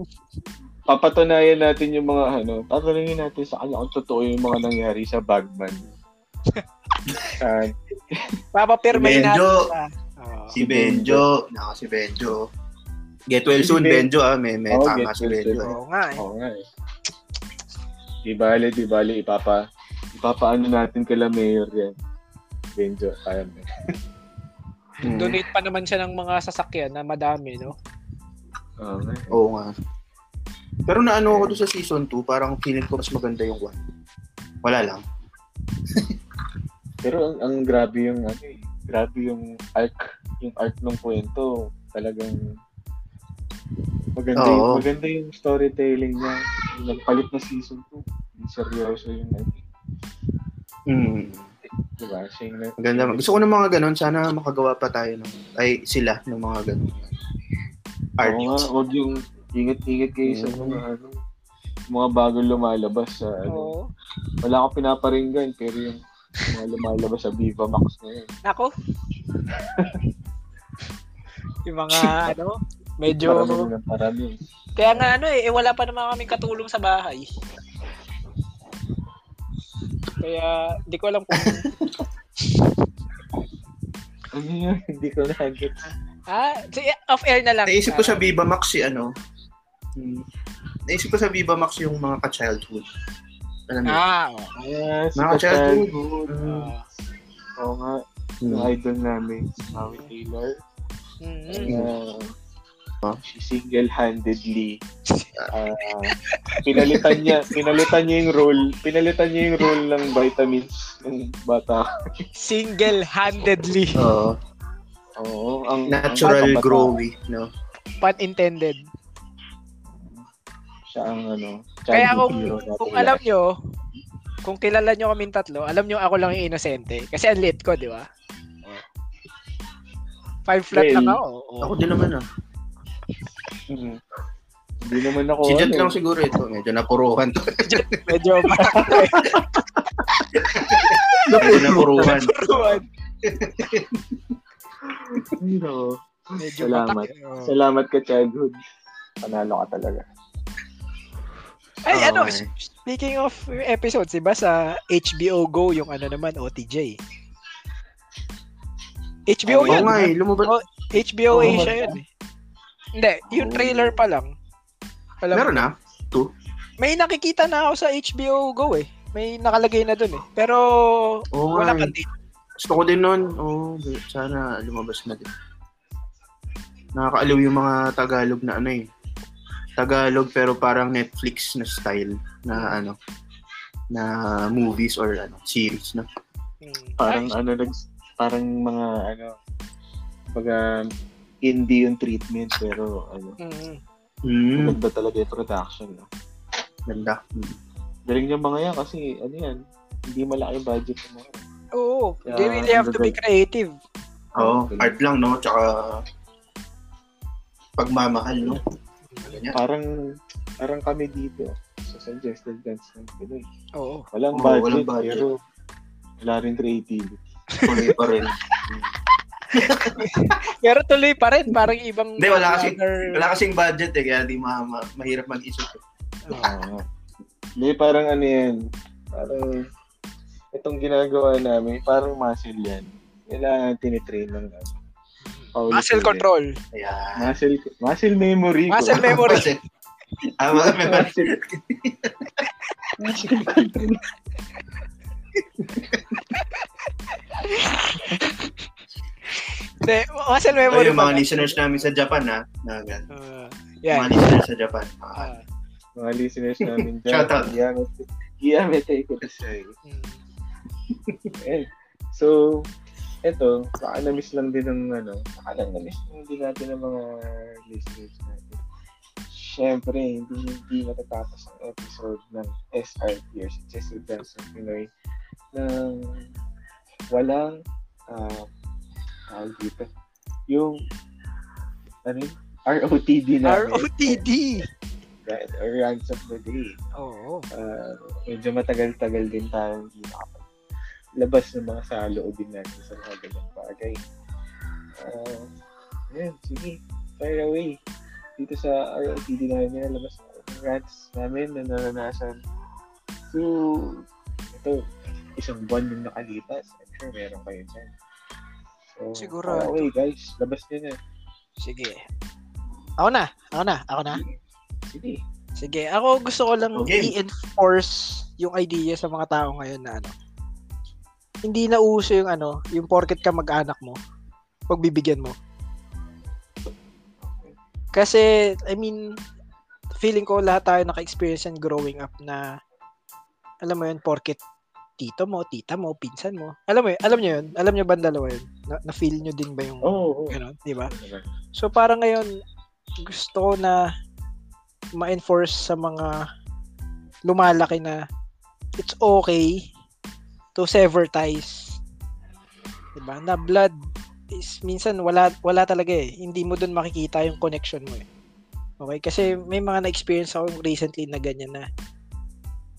Speaker 3: papatunayan natin yung mga ano, tatanungin natin sa kanya kung totoo yung mga nangyari sa Bagman. Ah,
Speaker 2: Papapirmahin natin
Speaker 1: Medyo.
Speaker 2: siya. Oo.
Speaker 1: Si Benjo. Nako, si Benjo. Get well soon,
Speaker 3: Si Ben-
Speaker 1: Benjo. Ah. May, may
Speaker 3: Oo,
Speaker 1: tama
Speaker 3: get
Speaker 1: si
Speaker 3: well
Speaker 1: Benjo.
Speaker 3: soon.
Speaker 2: Oo nga eh.
Speaker 3: oo nga eh. Di bale, di bale, ipapa, ipapaano natin kala mayor yan. Benjo, kaya mo.
Speaker 1: Mm.
Speaker 2: Donate pa naman siya ng mga sasakyan na madami, no?
Speaker 3: Oo nga. eh.
Speaker 1: Oo nga. Pero naano ko doon sa season 2, parang feeling ko mas maganda yung 1. Wala lang.
Speaker 3: Pero ang, ang grabe yung ano eh, grabe yung arc, yung arc ng kwento. Talagang maganda, yung,
Speaker 1: Oo.
Speaker 3: maganda yung storytelling niya. Yung nagpalit na season 2. Seryoso yung ano eh.
Speaker 1: Mm.
Speaker 3: Diba? Siya yung nag-
Speaker 1: Maganda. Gusto ko ng mga ganun. Sana makagawa pa tayo ng, ay sila ng mga ganun. Art.
Speaker 3: Oo nga, huwag yung ingat-ingat kayo sa
Speaker 1: Oo.
Speaker 3: mga ano, mga bagong lumalabas sa ano.
Speaker 2: Oo.
Speaker 3: Wala akong pinaparinggan, pero yung mga lumalabas sa Viva Max na yun. *laughs*
Speaker 2: Ako? yung mga ano, medyo...
Speaker 3: Parami na parami.
Speaker 2: Kaya nga ano eh, eh, wala pa naman kami katulong sa bahay. Kaya hindi ko alam kung
Speaker 3: *laughs* Ano yun? *laughs* Hindi ko na get.
Speaker 2: ah, sige, off air na lang.
Speaker 1: Naisip ko sa Viva Max si ano. Mm. Naisip ko sa Viva Max yung mga ka-childhood. Alam mo? yun?
Speaker 2: Ah, oo.
Speaker 3: Yes,
Speaker 1: Mga ka-childhood. Mm.
Speaker 3: Hmm.
Speaker 2: Ah.
Speaker 3: Oo nga, yung
Speaker 1: Hmm.
Speaker 3: idol namin, si Maui Taylor.
Speaker 2: Mm.
Speaker 1: Hmm.
Speaker 3: Uh,
Speaker 1: Huh?
Speaker 3: she
Speaker 1: *laughs*
Speaker 3: single-handedly ah, pinalitan niya pinalitan niya yung role pinalitan niya yung role ng vitamins ng bata
Speaker 2: Single-handedly.
Speaker 1: Oo.
Speaker 3: Oo, ang
Speaker 1: natural
Speaker 3: ang-
Speaker 1: growy, no?
Speaker 2: Pun intended.
Speaker 3: Siya ang ano,
Speaker 2: Kaya
Speaker 3: childhood
Speaker 2: kung,
Speaker 3: hero natin
Speaker 2: kung
Speaker 3: lahat.
Speaker 2: alam nyo, kung kilala nyo kaming tatlo, alam nyo ako lang yung inosente. Kasi ang late ko, di ba? Five flat
Speaker 3: Well,
Speaker 2: lang ako. oo.
Speaker 1: Ako din naman ah.
Speaker 3: Mhm. Hindi naman ako.
Speaker 1: Si Jet
Speaker 3: ano,
Speaker 1: lang siguro ito. Medyo napuruhan *laughs* to.
Speaker 2: Medyo parang
Speaker 1: Medyo
Speaker 2: *laughs*
Speaker 1: napuruhan.
Speaker 2: turuan.
Speaker 3: Pero,
Speaker 2: Medyo
Speaker 3: Salamat.
Speaker 2: patak. eh, oo.
Speaker 3: salamat ka childhood. Panalo ka talaga.
Speaker 2: Ay,
Speaker 3: Ah.
Speaker 1: Oo,
Speaker 2: ano,
Speaker 1: eh.
Speaker 2: speaking of episodes, di ba sa HBO Go yung ano naman, OTJ?
Speaker 1: Oo
Speaker 2: HBO yun.
Speaker 1: nga eh. Lumabas.
Speaker 2: Oh, HBO
Speaker 3: Oo,
Speaker 2: Asia yun.
Speaker 3: meron.
Speaker 2: eh. Hindi, yung
Speaker 3: Oo.
Speaker 2: trailer pa lang. Alam,
Speaker 1: Meron ah. na.
Speaker 2: May nakikita na ako sa HBO Go eh. May nakalagay na dun eh. Pero
Speaker 1: Oo
Speaker 2: wala
Speaker 1: nga
Speaker 2: pa
Speaker 1: eh.
Speaker 2: date.
Speaker 1: Gusto ko din nun. Oo. Sana lumabas na din. Nakakaaliw yung mga Tagalog na ano eh. Tagalog pero parang Netflix na style na ano na movies or ano series na.
Speaker 2: Hmm.
Speaker 3: Parang
Speaker 2: Ay,
Speaker 3: ano, nags, parang mga ano, baga indie yung treatment pero ano,
Speaker 2: mm,
Speaker 1: Mm,
Speaker 3: maganda talaga yung production. No?
Speaker 1: ganda. Mm.
Speaker 3: Galing yung mga yan kasi ano yan, hindi malaki budget mo.
Speaker 2: Oo,
Speaker 3: Yeah,
Speaker 2: they really have to be creative.
Speaker 1: Oo,
Speaker 2: Oh,
Speaker 1: art lang no,
Speaker 2: Hmm.
Speaker 1: tsaka pagmamahal no. Ganyan.
Speaker 3: Parang Parang kami dito. So, suggested dance ng Pinoy.
Speaker 2: Oo.
Speaker 3: Walang
Speaker 1: Oo,
Speaker 3: budget,
Speaker 1: walang budget.
Speaker 3: pero wala rin creativity.
Speaker 1: Tuloy pa
Speaker 2: *laughs*
Speaker 1: rin.
Speaker 2: Pero tuloy pa rin, parang ibang...
Speaker 1: Hindi, wala kasi-
Speaker 2: other-
Speaker 1: Wala kasing budget eh, kaya di ma- ma- mahirap mag-isip. eh.
Speaker 3: Oo. Hindi, parang ano yan. Parang itong ginagawa namin, parang muscle yan. Kailangan tinitrain ng ano. paulit-ulit.
Speaker 2: Mm-hmm. Muscle control.
Speaker 1: Ayan.
Speaker 3: Muscle, muscle memory. ko.
Speaker 2: Muscle
Speaker 1: *laughs*
Speaker 2: memory.
Speaker 1: Kasi, ah, mga memory.
Speaker 3: *laughs* Muscle- muscle control.
Speaker 2: Hindi, muscle
Speaker 1: So,
Speaker 2: memory.
Speaker 1: yung mga
Speaker 2: pala.
Speaker 1: listeners namin sa Japan, ha? Na, gan-
Speaker 2: Ah,
Speaker 1: Mga
Speaker 2: yan.
Speaker 1: listeners sa Japan. Ah,
Speaker 2: Ah,
Speaker 3: Mga listeners namin dyan.
Speaker 1: Shout out.
Speaker 3: Giyamete- Giyamete ko na siya eh.
Speaker 2: mm.
Speaker 3: Ayan. So, eto, baka na-miss lang din ng ano, baka lang na-miss lang din natin ng mga listeners natin. Siyempre, hindi, hindi natatapos ang episode ng SR Years, Suggested Dance of Pinoy, ng walang, ah, tawag dito, yung, ano yun? ROTD
Speaker 2: Ah,
Speaker 3: na.
Speaker 2: oh, ROTD.
Speaker 3: Right, or Rants of the Day
Speaker 2: Oo.
Speaker 3: uh, medyo matagal-tagal din tayo hindi nakapaglabas ng mga saloobin natin sa mga ganyang bagay. Uh, ayun, sige, fire away. Dito sa ROTD namin nilalabas ang rants namin na naranasan. So, ito, isang buwan yung nakalipas. I'm sure meron kayo dyan. So,
Speaker 2: Siguro.
Speaker 3: fire away, guys. Labas nyo na.
Speaker 2: Sige. Ako na. Ako na. Ako na.
Speaker 3: Sige.
Speaker 2: Sige. Ako gusto ko lang
Speaker 1: Okay.
Speaker 2: i-enforce yung idea sa mga tao ngayon na ano. Hindi na uso yung ano, yung porket ka mag-anak mo, pagbibigyan mo. Kasi, I mean, feeling ko lahat tayo naka-experience yan growing up na, alam mo yun, porket tito mo, tita mo, pinsan mo. Alam mo yun, alam nyo yun, alam nyo ba ang dalawa yun? Na- na-feel nyo din ba yung,
Speaker 3: Oo. Oh,
Speaker 2: gano'n, di ba? So para ngayon gusto ko na ma-enforce sa mga lumalaki na it's okay to sever ties. 'Di ba? Na blood is minsan wala wala talaga eh. Hindi mo doon makikita yung connection mo eh. Okay, kasi may mga na-experience ako recently na ganyan na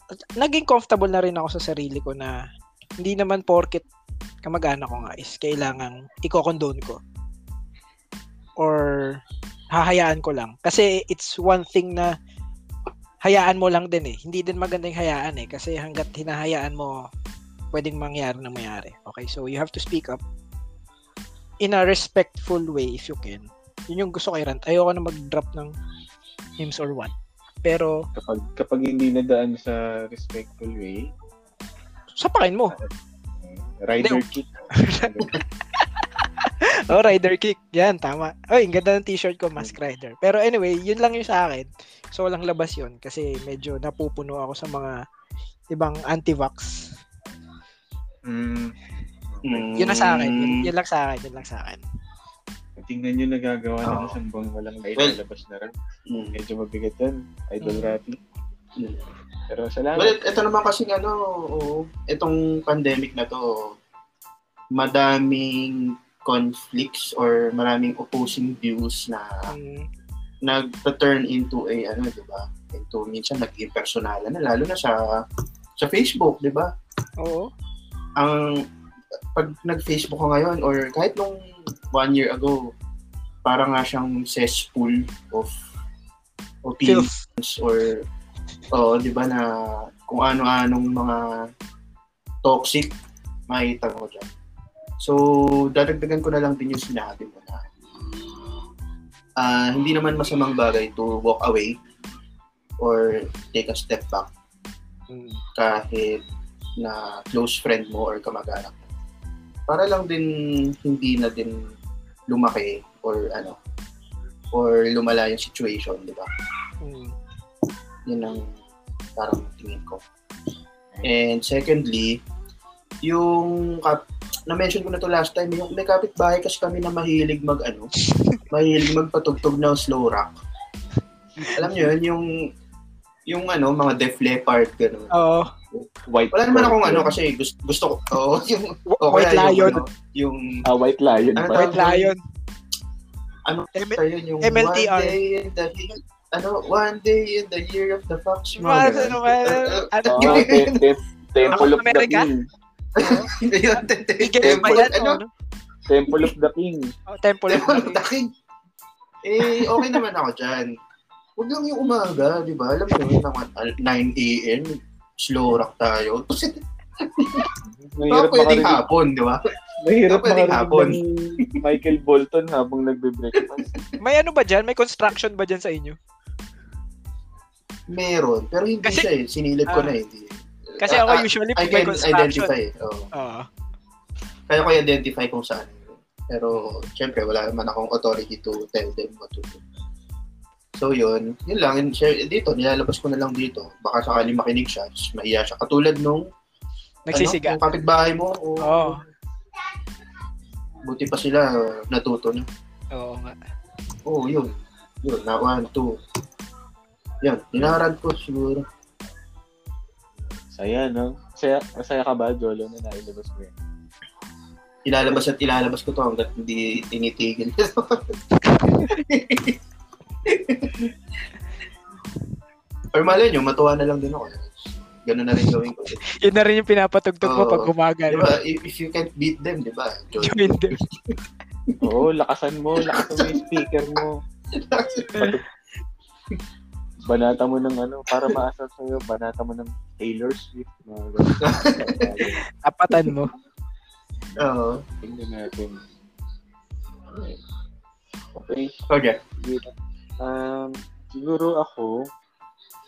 Speaker 2: at naging comfortable na rin ako sa sarili ko na hindi naman porket kamag-anak ko nga is kailangang iko-condone ko or hahayaan ko lang. Kasi it's one thing na hayaan mo lang din eh. Hindi din magandang hayaan eh. Kasi hanggat hinahayaan mo, pwedeng mangyari na mayari. Okay, so you have to speak up in a respectful way if you can. Yun yung gusto kay Rant. Ayoko na mag-drop ng names or what. Pero,
Speaker 3: Kapag, kapag hindi nadaan sa respectful way,
Speaker 2: sapakin mo.
Speaker 3: rider
Speaker 1: *laughs*
Speaker 3: kick.
Speaker 2: Oh, rider kick. Yan, tama. Oy, ang ganda ng t-shirt ko, Mask Rider. Pero anyway, yun lang yung sa akin. So, walang labas yun kasi medyo napupuno ako sa mga ibang anti-vax.
Speaker 3: Mm.
Speaker 1: Hmm.
Speaker 2: Yun na sa akin. Yun, yun lang sa akin. Yun lang sa akin.
Speaker 3: Tingnan nyo nagagawa ng
Speaker 1: Oo.
Speaker 3: isang buwang walang
Speaker 1: Well,
Speaker 3: nailalabas na rin.
Speaker 1: Mm.
Speaker 3: Medyo mabigat yan. Idol
Speaker 2: Mm.
Speaker 3: Rafi.
Speaker 1: Mm.
Speaker 3: Pero salamat.
Speaker 1: Well, ito naman kasi ano, oo, itong pandemic na to, madaming conflicts or maraming opposing views na
Speaker 2: Mm,
Speaker 1: nag-turn into a ano, 'di ba? Into minsan nag-impersonalan na lalo na sa sa Facebook, 'di ba?
Speaker 2: oo.
Speaker 1: Ang pag nag-Facebook ko ngayon or kahit nung one year ago, para nga siyang cesspool of opinions
Speaker 2: Filth.
Speaker 1: or oh, 'di ba na kung ano-anong mga toxic makita mo diyan. So, dadagdagan ko na lang din yung sinabi mo na ah, hindi naman masamang bagay to walk away or take a step back
Speaker 2: Mm,
Speaker 1: kahit na close friend mo or kamag-anak mo. Para lang din hindi na din lumaki or ano or lumala yung situation, di ba?
Speaker 2: mm.
Speaker 1: Yun ang parang tingin ko. And secondly, yung kap- na-mention ko na to last time, yung may kapitbahay kasi kami na mahilig mag ano, mahilig magpatugtog ng slow rock. Alam niyo yun, yung yung ano, mga Def Leppard ganun.
Speaker 2: Oo.
Speaker 3: White
Speaker 1: Wala naman
Speaker 3: Lion.
Speaker 1: akong ano kasi gusto, gusto ko oo, *laughs* yung
Speaker 2: Wh-
Speaker 1: o
Speaker 2: White
Speaker 1: kaya
Speaker 2: Lion.
Speaker 1: Yung, ano, yung
Speaker 3: Ah, White Lion.
Speaker 1: Ano
Speaker 3: pa.
Speaker 1: tawag?
Speaker 2: White Lion.
Speaker 1: ano
Speaker 2: M-
Speaker 1: kaya yun yung One
Speaker 2: MLTR.
Speaker 1: Day in the Hill- ano, one day in the year of the fox. mga ganun.
Speaker 2: Mas,
Speaker 1: Uh,
Speaker 2: ano ba?
Speaker 1: *laughs*
Speaker 2: Ano?
Speaker 3: Oh, te- te- Temple of the
Speaker 2: America?
Speaker 3: King.
Speaker 1: Ayun, te- te-
Speaker 2: Bigyan pa
Speaker 1: temple,
Speaker 2: yan.
Speaker 1: ano?
Speaker 2: Ano?
Speaker 3: Temple of the King.
Speaker 2: Oh,
Speaker 1: *laughs*
Speaker 2: temple of
Speaker 1: Temple of
Speaker 2: Maria.
Speaker 1: the King. Eh, okay naman ako dyan. Huwag lang yung umaga, di ba? Alam mo yun, mga ah, 9 a.m., slow rock tayo. Kasi, baka
Speaker 3: Mahirap
Speaker 1: pwedeng
Speaker 3: makarinig-
Speaker 1: hapon, di ba?
Speaker 3: Mahirap
Speaker 1: Baka pwedeng hapon.
Speaker 3: makarinig ng Michael Bolton habang nagbe-breakfast.
Speaker 2: May ano ba dyan? May construction ba dyan sa inyo?
Speaker 1: Meron. Pero hindi
Speaker 2: Kasi-
Speaker 1: siya eh. Sinilip ko
Speaker 2: Ah.
Speaker 1: na eh. Hindi.
Speaker 2: Kasi
Speaker 1: Ah,
Speaker 2: ako
Speaker 1: ah,
Speaker 2: usually
Speaker 1: I
Speaker 2: may
Speaker 1: can
Speaker 2: construction.
Speaker 1: identify. Oh.
Speaker 2: Oo.
Speaker 1: Kaya ko identify kung saan. Pero, syempre, wala naman akong authority to tell them what to do. So, yun. Yun lang. And, syempre, dito, nilalabas ko na lang dito. Baka sakali makinig siya. Tapos, mahiya siya. Katulad nung
Speaker 2: Nagsisiga.
Speaker 1: Ano, yung kapitbahay mo, o,
Speaker 2: Oo.
Speaker 1: buti pa sila natuto na.
Speaker 2: Oo nga.
Speaker 1: Oo, oh, yun. Yun, na one, two. Yan, inaral ko siguro.
Speaker 3: Saya, no? Saya, masaya ka ba, Jolo, na nailabas mo yan?
Speaker 1: Ilalabas at ilalabas ko to hanggat hindi tinitigil. *laughs* Or malay nyo, matuwa na lang din ako. Ganun na rin gawin ko.
Speaker 2: Yun na rin yung pinapatugtog
Speaker 1: Oo.
Speaker 2: mo
Speaker 1: Diba?
Speaker 2: pag gumagal. *laughs*
Speaker 1: Di ba, if, if you can't beat them, diba? di ba?
Speaker 2: Join them.
Speaker 3: Oo, lakasan mo. Lakasan mo yung speaker mo. Banata mo ng ano, para maasar sa'yo, banata mo ng Taylor Swift. Mga *laughs* ganun.
Speaker 2: Apatan mo.
Speaker 1: Oo.
Speaker 3: Tingnan natin. Okay,
Speaker 1: Okay.
Speaker 3: dito. Um, siguro ako,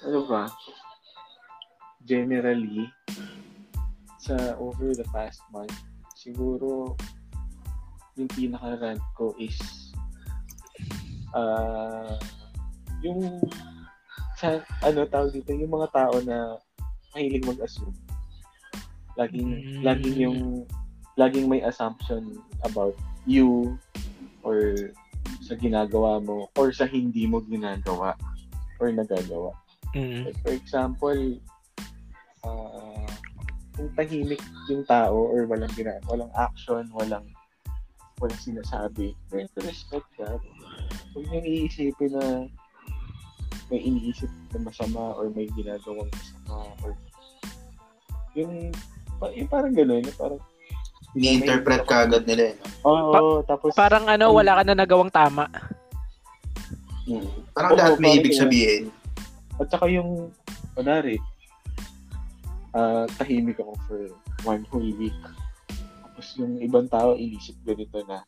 Speaker 3: ano ba, generally, sa over the past month, siguro, yung pinaka-rant ko is, ah, yung, sa, ano tawag dito, yung mga tao na mahilig mag-assume. Laging,
Speaker 2: Mm.
Speaker 3: laging yung, laging may assumption about you, or sa ginagawa mo, or sa hindi mo ginagawa, or nagagawa.
Speaker 2: Mm.
Speaker 3: Like, for example, ah, kung tahimik yung tao or walang gina walang action, walang walang sinasabi, may respect ka. Huwag niyang iisipin na may iniisip na masama or may ginagawang masama or yung, pa- yung parang gano'n, yung parang
Speaker 1: Ni-interpret ka agad nila eh. no?
Speaker 3: oo,
Speaker 2: Pa-
Speaker 3: tapos
Speaker 2: Parang ano, wala ka na nagawang tama.
Speaker 1: Mm. Parang lahat
Speaker 3: Oo,
Speaker 1: may
Speaker 3: parang
Speaker 1: ibig
Speaker 3: ganun.
Speaker 1: sabihin.
Speaker 3: At saka yung, kunwari, ah tahimik ako for one whole week. Tapos yung ibang tao, inisip ganito na.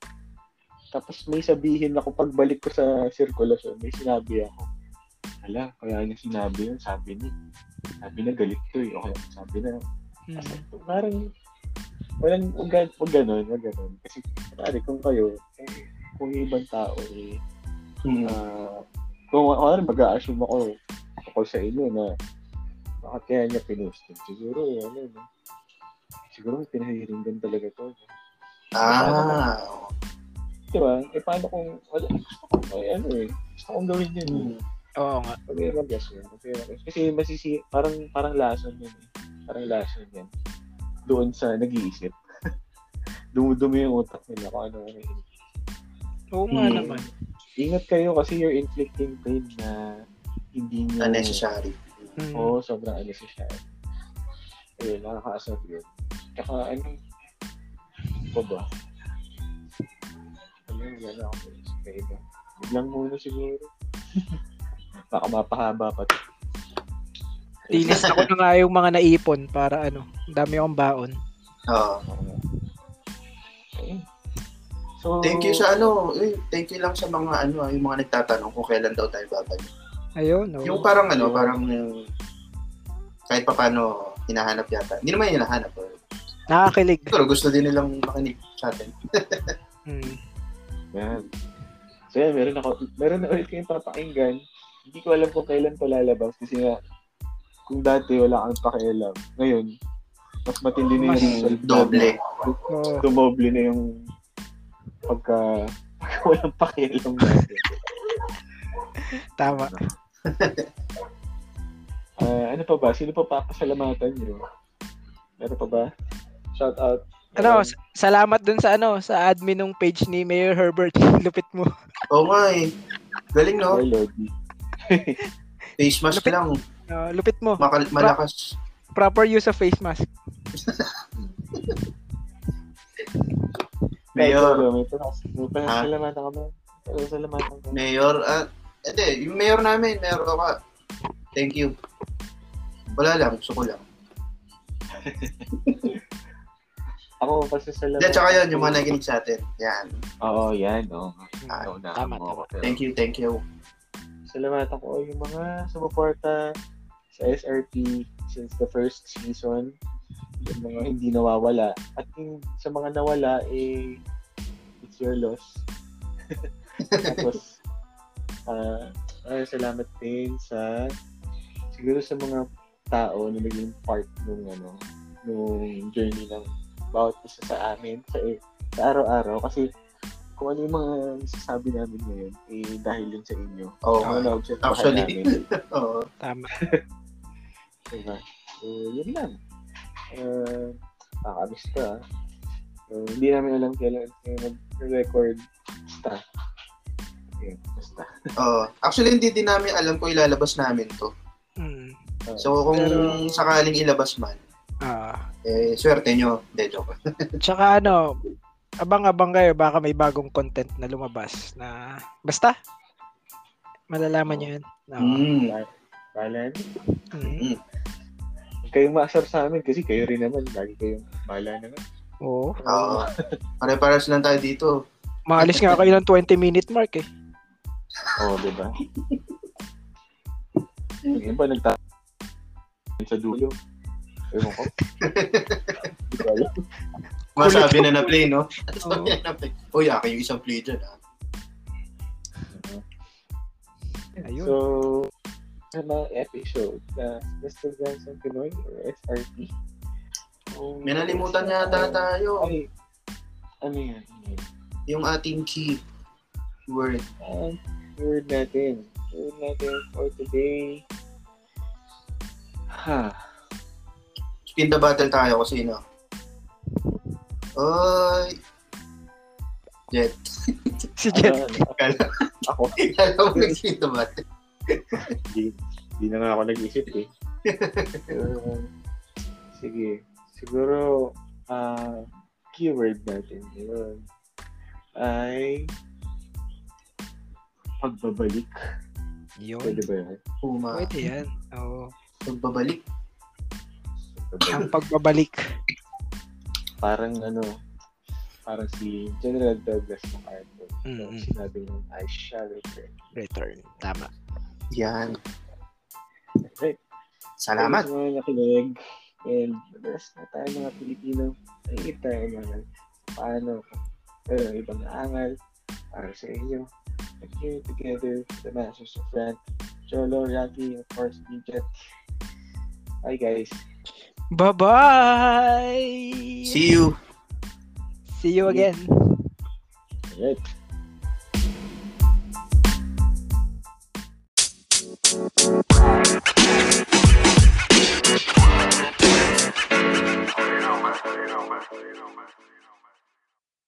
Speaker 3: Tapos may sabihin ako, pagbalik ko sa sirkulasyon, may sinabi ako. Ala, kaya niya sinabi yun, sabi niya. Sabi na galit to eh. Okay, sabi na,
Speaker 2: Mm.
Speaker 3: parang walang wag gan- wag ganun, wag ganun. Kasi kunwari kung kayo, kung, kung yung ibang tao eh,
Speaker 1: Mm.
Speaker 3: Ah, kung ano, mag-a-assume ako ako sa inyo na bakit kaya niya pinost yun? Siguro, eh, ano, no? siguro may pinahiringgan talaga to. no?
Speaker 1: Ah.
Speaker 3: Di ba? Eh, paano kung, wala, gusto ko, eh, ano eh, gusto kong gawin yun. eh.
Speaker 1: Mm.
Speaker 2: Oo nga.
Speaker 3: Pag may ragas yun, pag may ragas. Kasi masisi, parang, parang lason yun eh. Parang lason yun. Doon sa nag-iisip. *laughs* Dumudumi yung utak nila kung ano ang
Speaker 2: Oo nga
Speaker 1: Mm.
Speaker 2: naman.
Speaker 3: Ingat kayo kasi you're inflicting pain na hindi nyo...
Speaker 1: Unnecessary.
Speaker 2: Mm.
Speaker 3: Oo, sobrang ano si Shaq. Ayun, nakakaasar yun. Tsaka ano, pa ba? Ano, wala na ako sa iba. Biglang muna siguro. Baka mapahaba pa to. Iya,
Speaker 2: Linis ako na nga yung mga naipon para ano, ang dami akong baon.
Speaker 1: Oo.
Speaker 3: Ayun. So,
Speaker 1: Thank you sa ano, eh, thank you lang sa mga ano, ah, yung mga nagtatanong kung kailan daw tayo babalik.
Speaker 2: Ayun, oo.
Speaker 1: Yung parang ano, parang eh, kahit pa paano hinahanap yata. Hindi naman hinahanap. eh. Pero,
Speaker 2: Nakakilig.
Speaker 1: pero gusto din nilang makinig sa atin.
Speaker 2: Mm.
Speaker 3: Yan. So yan, meron ako, meron na ulit kayong papakinggan. Hindi ko alam kung kailan to lalabas kasi nga, kung dati wala kang pakialam. Ngayon, mas matindi na
Speaker 2: Mas
Speaker 3: yung result.
Speaker 1: Doble.
Speaker 2: Oo.
Speaker 3: Dumoble na yung pagka, pagka *laughs* walang pakialam natin.
Speaker 2: Tama.
Speaker 3: Ah, ano pa ba? Sino pa papasalamatan nyo? Meron pa ba? Shout out. Um,
Speaker 2: Ano, s- salamat dun sa ano, sa admin ng page ni Mayor Herbert. *laughs* Lupit mo.
Speaker 1: Oo nga eh. Galing no?
Speaker 3: Hello, Lodi.
Speaker 1: Face mask
Speaker 2: Lupit.
Speaker 1: lang,
Speaker 2: Ah, lupit mo.
Speaker 1: makal- malakas.
Speaker 2: Proper use of face mask.
Speaker 1: Mayor,
Speaker 3: May panas. May panas
Speaker 1: Ha?
Speaker 3: sa lamatan ka ba? Pero sa lamatan ka.
Speaker 1: mayor, ah, ete, yung mayor namin, mayor ka. Thank you. Wala lang, gusto ko lang.
Speaker 3: Ako, kasi sa
Speaker 1: Hindi,
Speaker 3: lamatan.
Speaker 1: tsaka yun, yung mga nakikinig sa atin. Yan.
Speaker 3: Oo, yan. Oo.
Speaker 1: Ah,
Speaker 3: Oo, na-
Speaker 2: tama,
Speaker 3: oo,
Speaker 2: tama.
Speaker 3: pero-
Speaker 1: Thank you, thank you.
Speaker 3: Salamat ako yung mga sumuporta sa SRP since the first season. Yung mga hindi nawawala. At yung sa mga nawala, eh, it's your loss. *laughs* Tapos, ah, ah, salamat din sa siguro sa mga tao na naging part nung ano, nung journey ng bawat isa sa amin sa, sa araw-araw kasi kung ano yung mga nasasabi namin ngayon eh dahil yun sa inyo.
Speaker 1: Oo,
Speaker 3: Mga
Speaker 1: nga.
Speaker 3: na-observe
Speaker 1: Actually.
Speaker 3: namin.
Speaker 1: Oo.
Speaker 2: Tama.
Speaker 3: Diba? So, yun lang. Uh, nakakamiss ka. ah. So, hindi namin alam kailan kayo mag-record. Basta. Ayun, basta.
Speaker 1: Oo. Actually, hindi din namin alam kung ilalabas namin to.
Speaker 2: Mm.
Speaker 1: So, kung
Speaker 3: Pero-
Speaker 1: sakaling ilabas man,
Speaker 2: Ah.
Speaker 1: eh, swerte nyo. Hindi, joke.
Speaker 2: Tsaka ano, abang-abang kayo, baka may bagong content na lumabas na basta malalaman nyo yun. Oo.
Speaker 1: Mm.
Speaker 3: Bahala na.
Speaker 2: Mm.
Speaker 3: Huwag Kayong maasar sa amin kasi kayo rin naman. Lagi kayong bahala naman.
Speaker 2: Oo.
Speaker 1: Oo. Pare-pares lang tayo dito.
Speaker 2: Maalis nga kayo ng 20-minute mark eh.
Speaker 3: Oo, di ba? Yung iba nagta sa dulo. Ewan ko. Di ko alam.
Speaker 1: Masabi na na-play, no?
Speaker 2: Oo.
Speaker 1: *laughs* Sabi na na-play. Uy, akin yung isang play dyan, ah.
Speaker 2: Ayun.
Speaker 3: So, sa mga episode na Mr. Johnson Pinoy or SRP. Um,
Speaker 1: Oh, May nalimutan yata tayo.
Speaker 3: Ay, ano yan? Ano yan?
Speaker 1: Yung ating key word.
Speaker 3: Um, word natin. Word natin for today. Ha.
Speaker 1: Spin the battle tayo kasi, no? Oy! Jet. *laughs*
Speaker 2: si Jet.
Speaker 3: Ano, ano, ako,
Speaker 1: Alam mo nag-spin the battle.
Speaker 3: di, di na nga ako nag-isip eh. Um, *laughs* sige. Siguro, ah, keyword natin yun ay pagbabalik.
Speaker 2: Yun.
Speaker 3: Pwede ba yun?
Speaker 1: Puma.
Speaker 2: Pwede yan. Oo.
Speaker 1: Pagbabalik.
Speaker 3: Pagbabalik.
Speaker 2: Ang pagbabalik.
Speaker 3: *laughs* parang ano, parang si General Douglas MacArthur.
Speaker 2: Mm, mm.
Speaker 3: Sinabi niya, I shall return.
Speaker 2: Return. Tama.
Speaker 1: Yan.
Speaker 3: Right.
Speaker 1: Salamat.
Speaker 3: Thanks mga nakinig. And madalas na tayo mga Pilipino. Nangingit tayo mga paano pero Eh, ibang angal para sa inyo. And here together, the Masters of Rant, Cholo, Rocky, and of course, Bidget. Bye guys.
Speaker 2: Bye-bye!
Speaker 1: See you.
Speaker 2: See you again.
Speaker 3: Alright.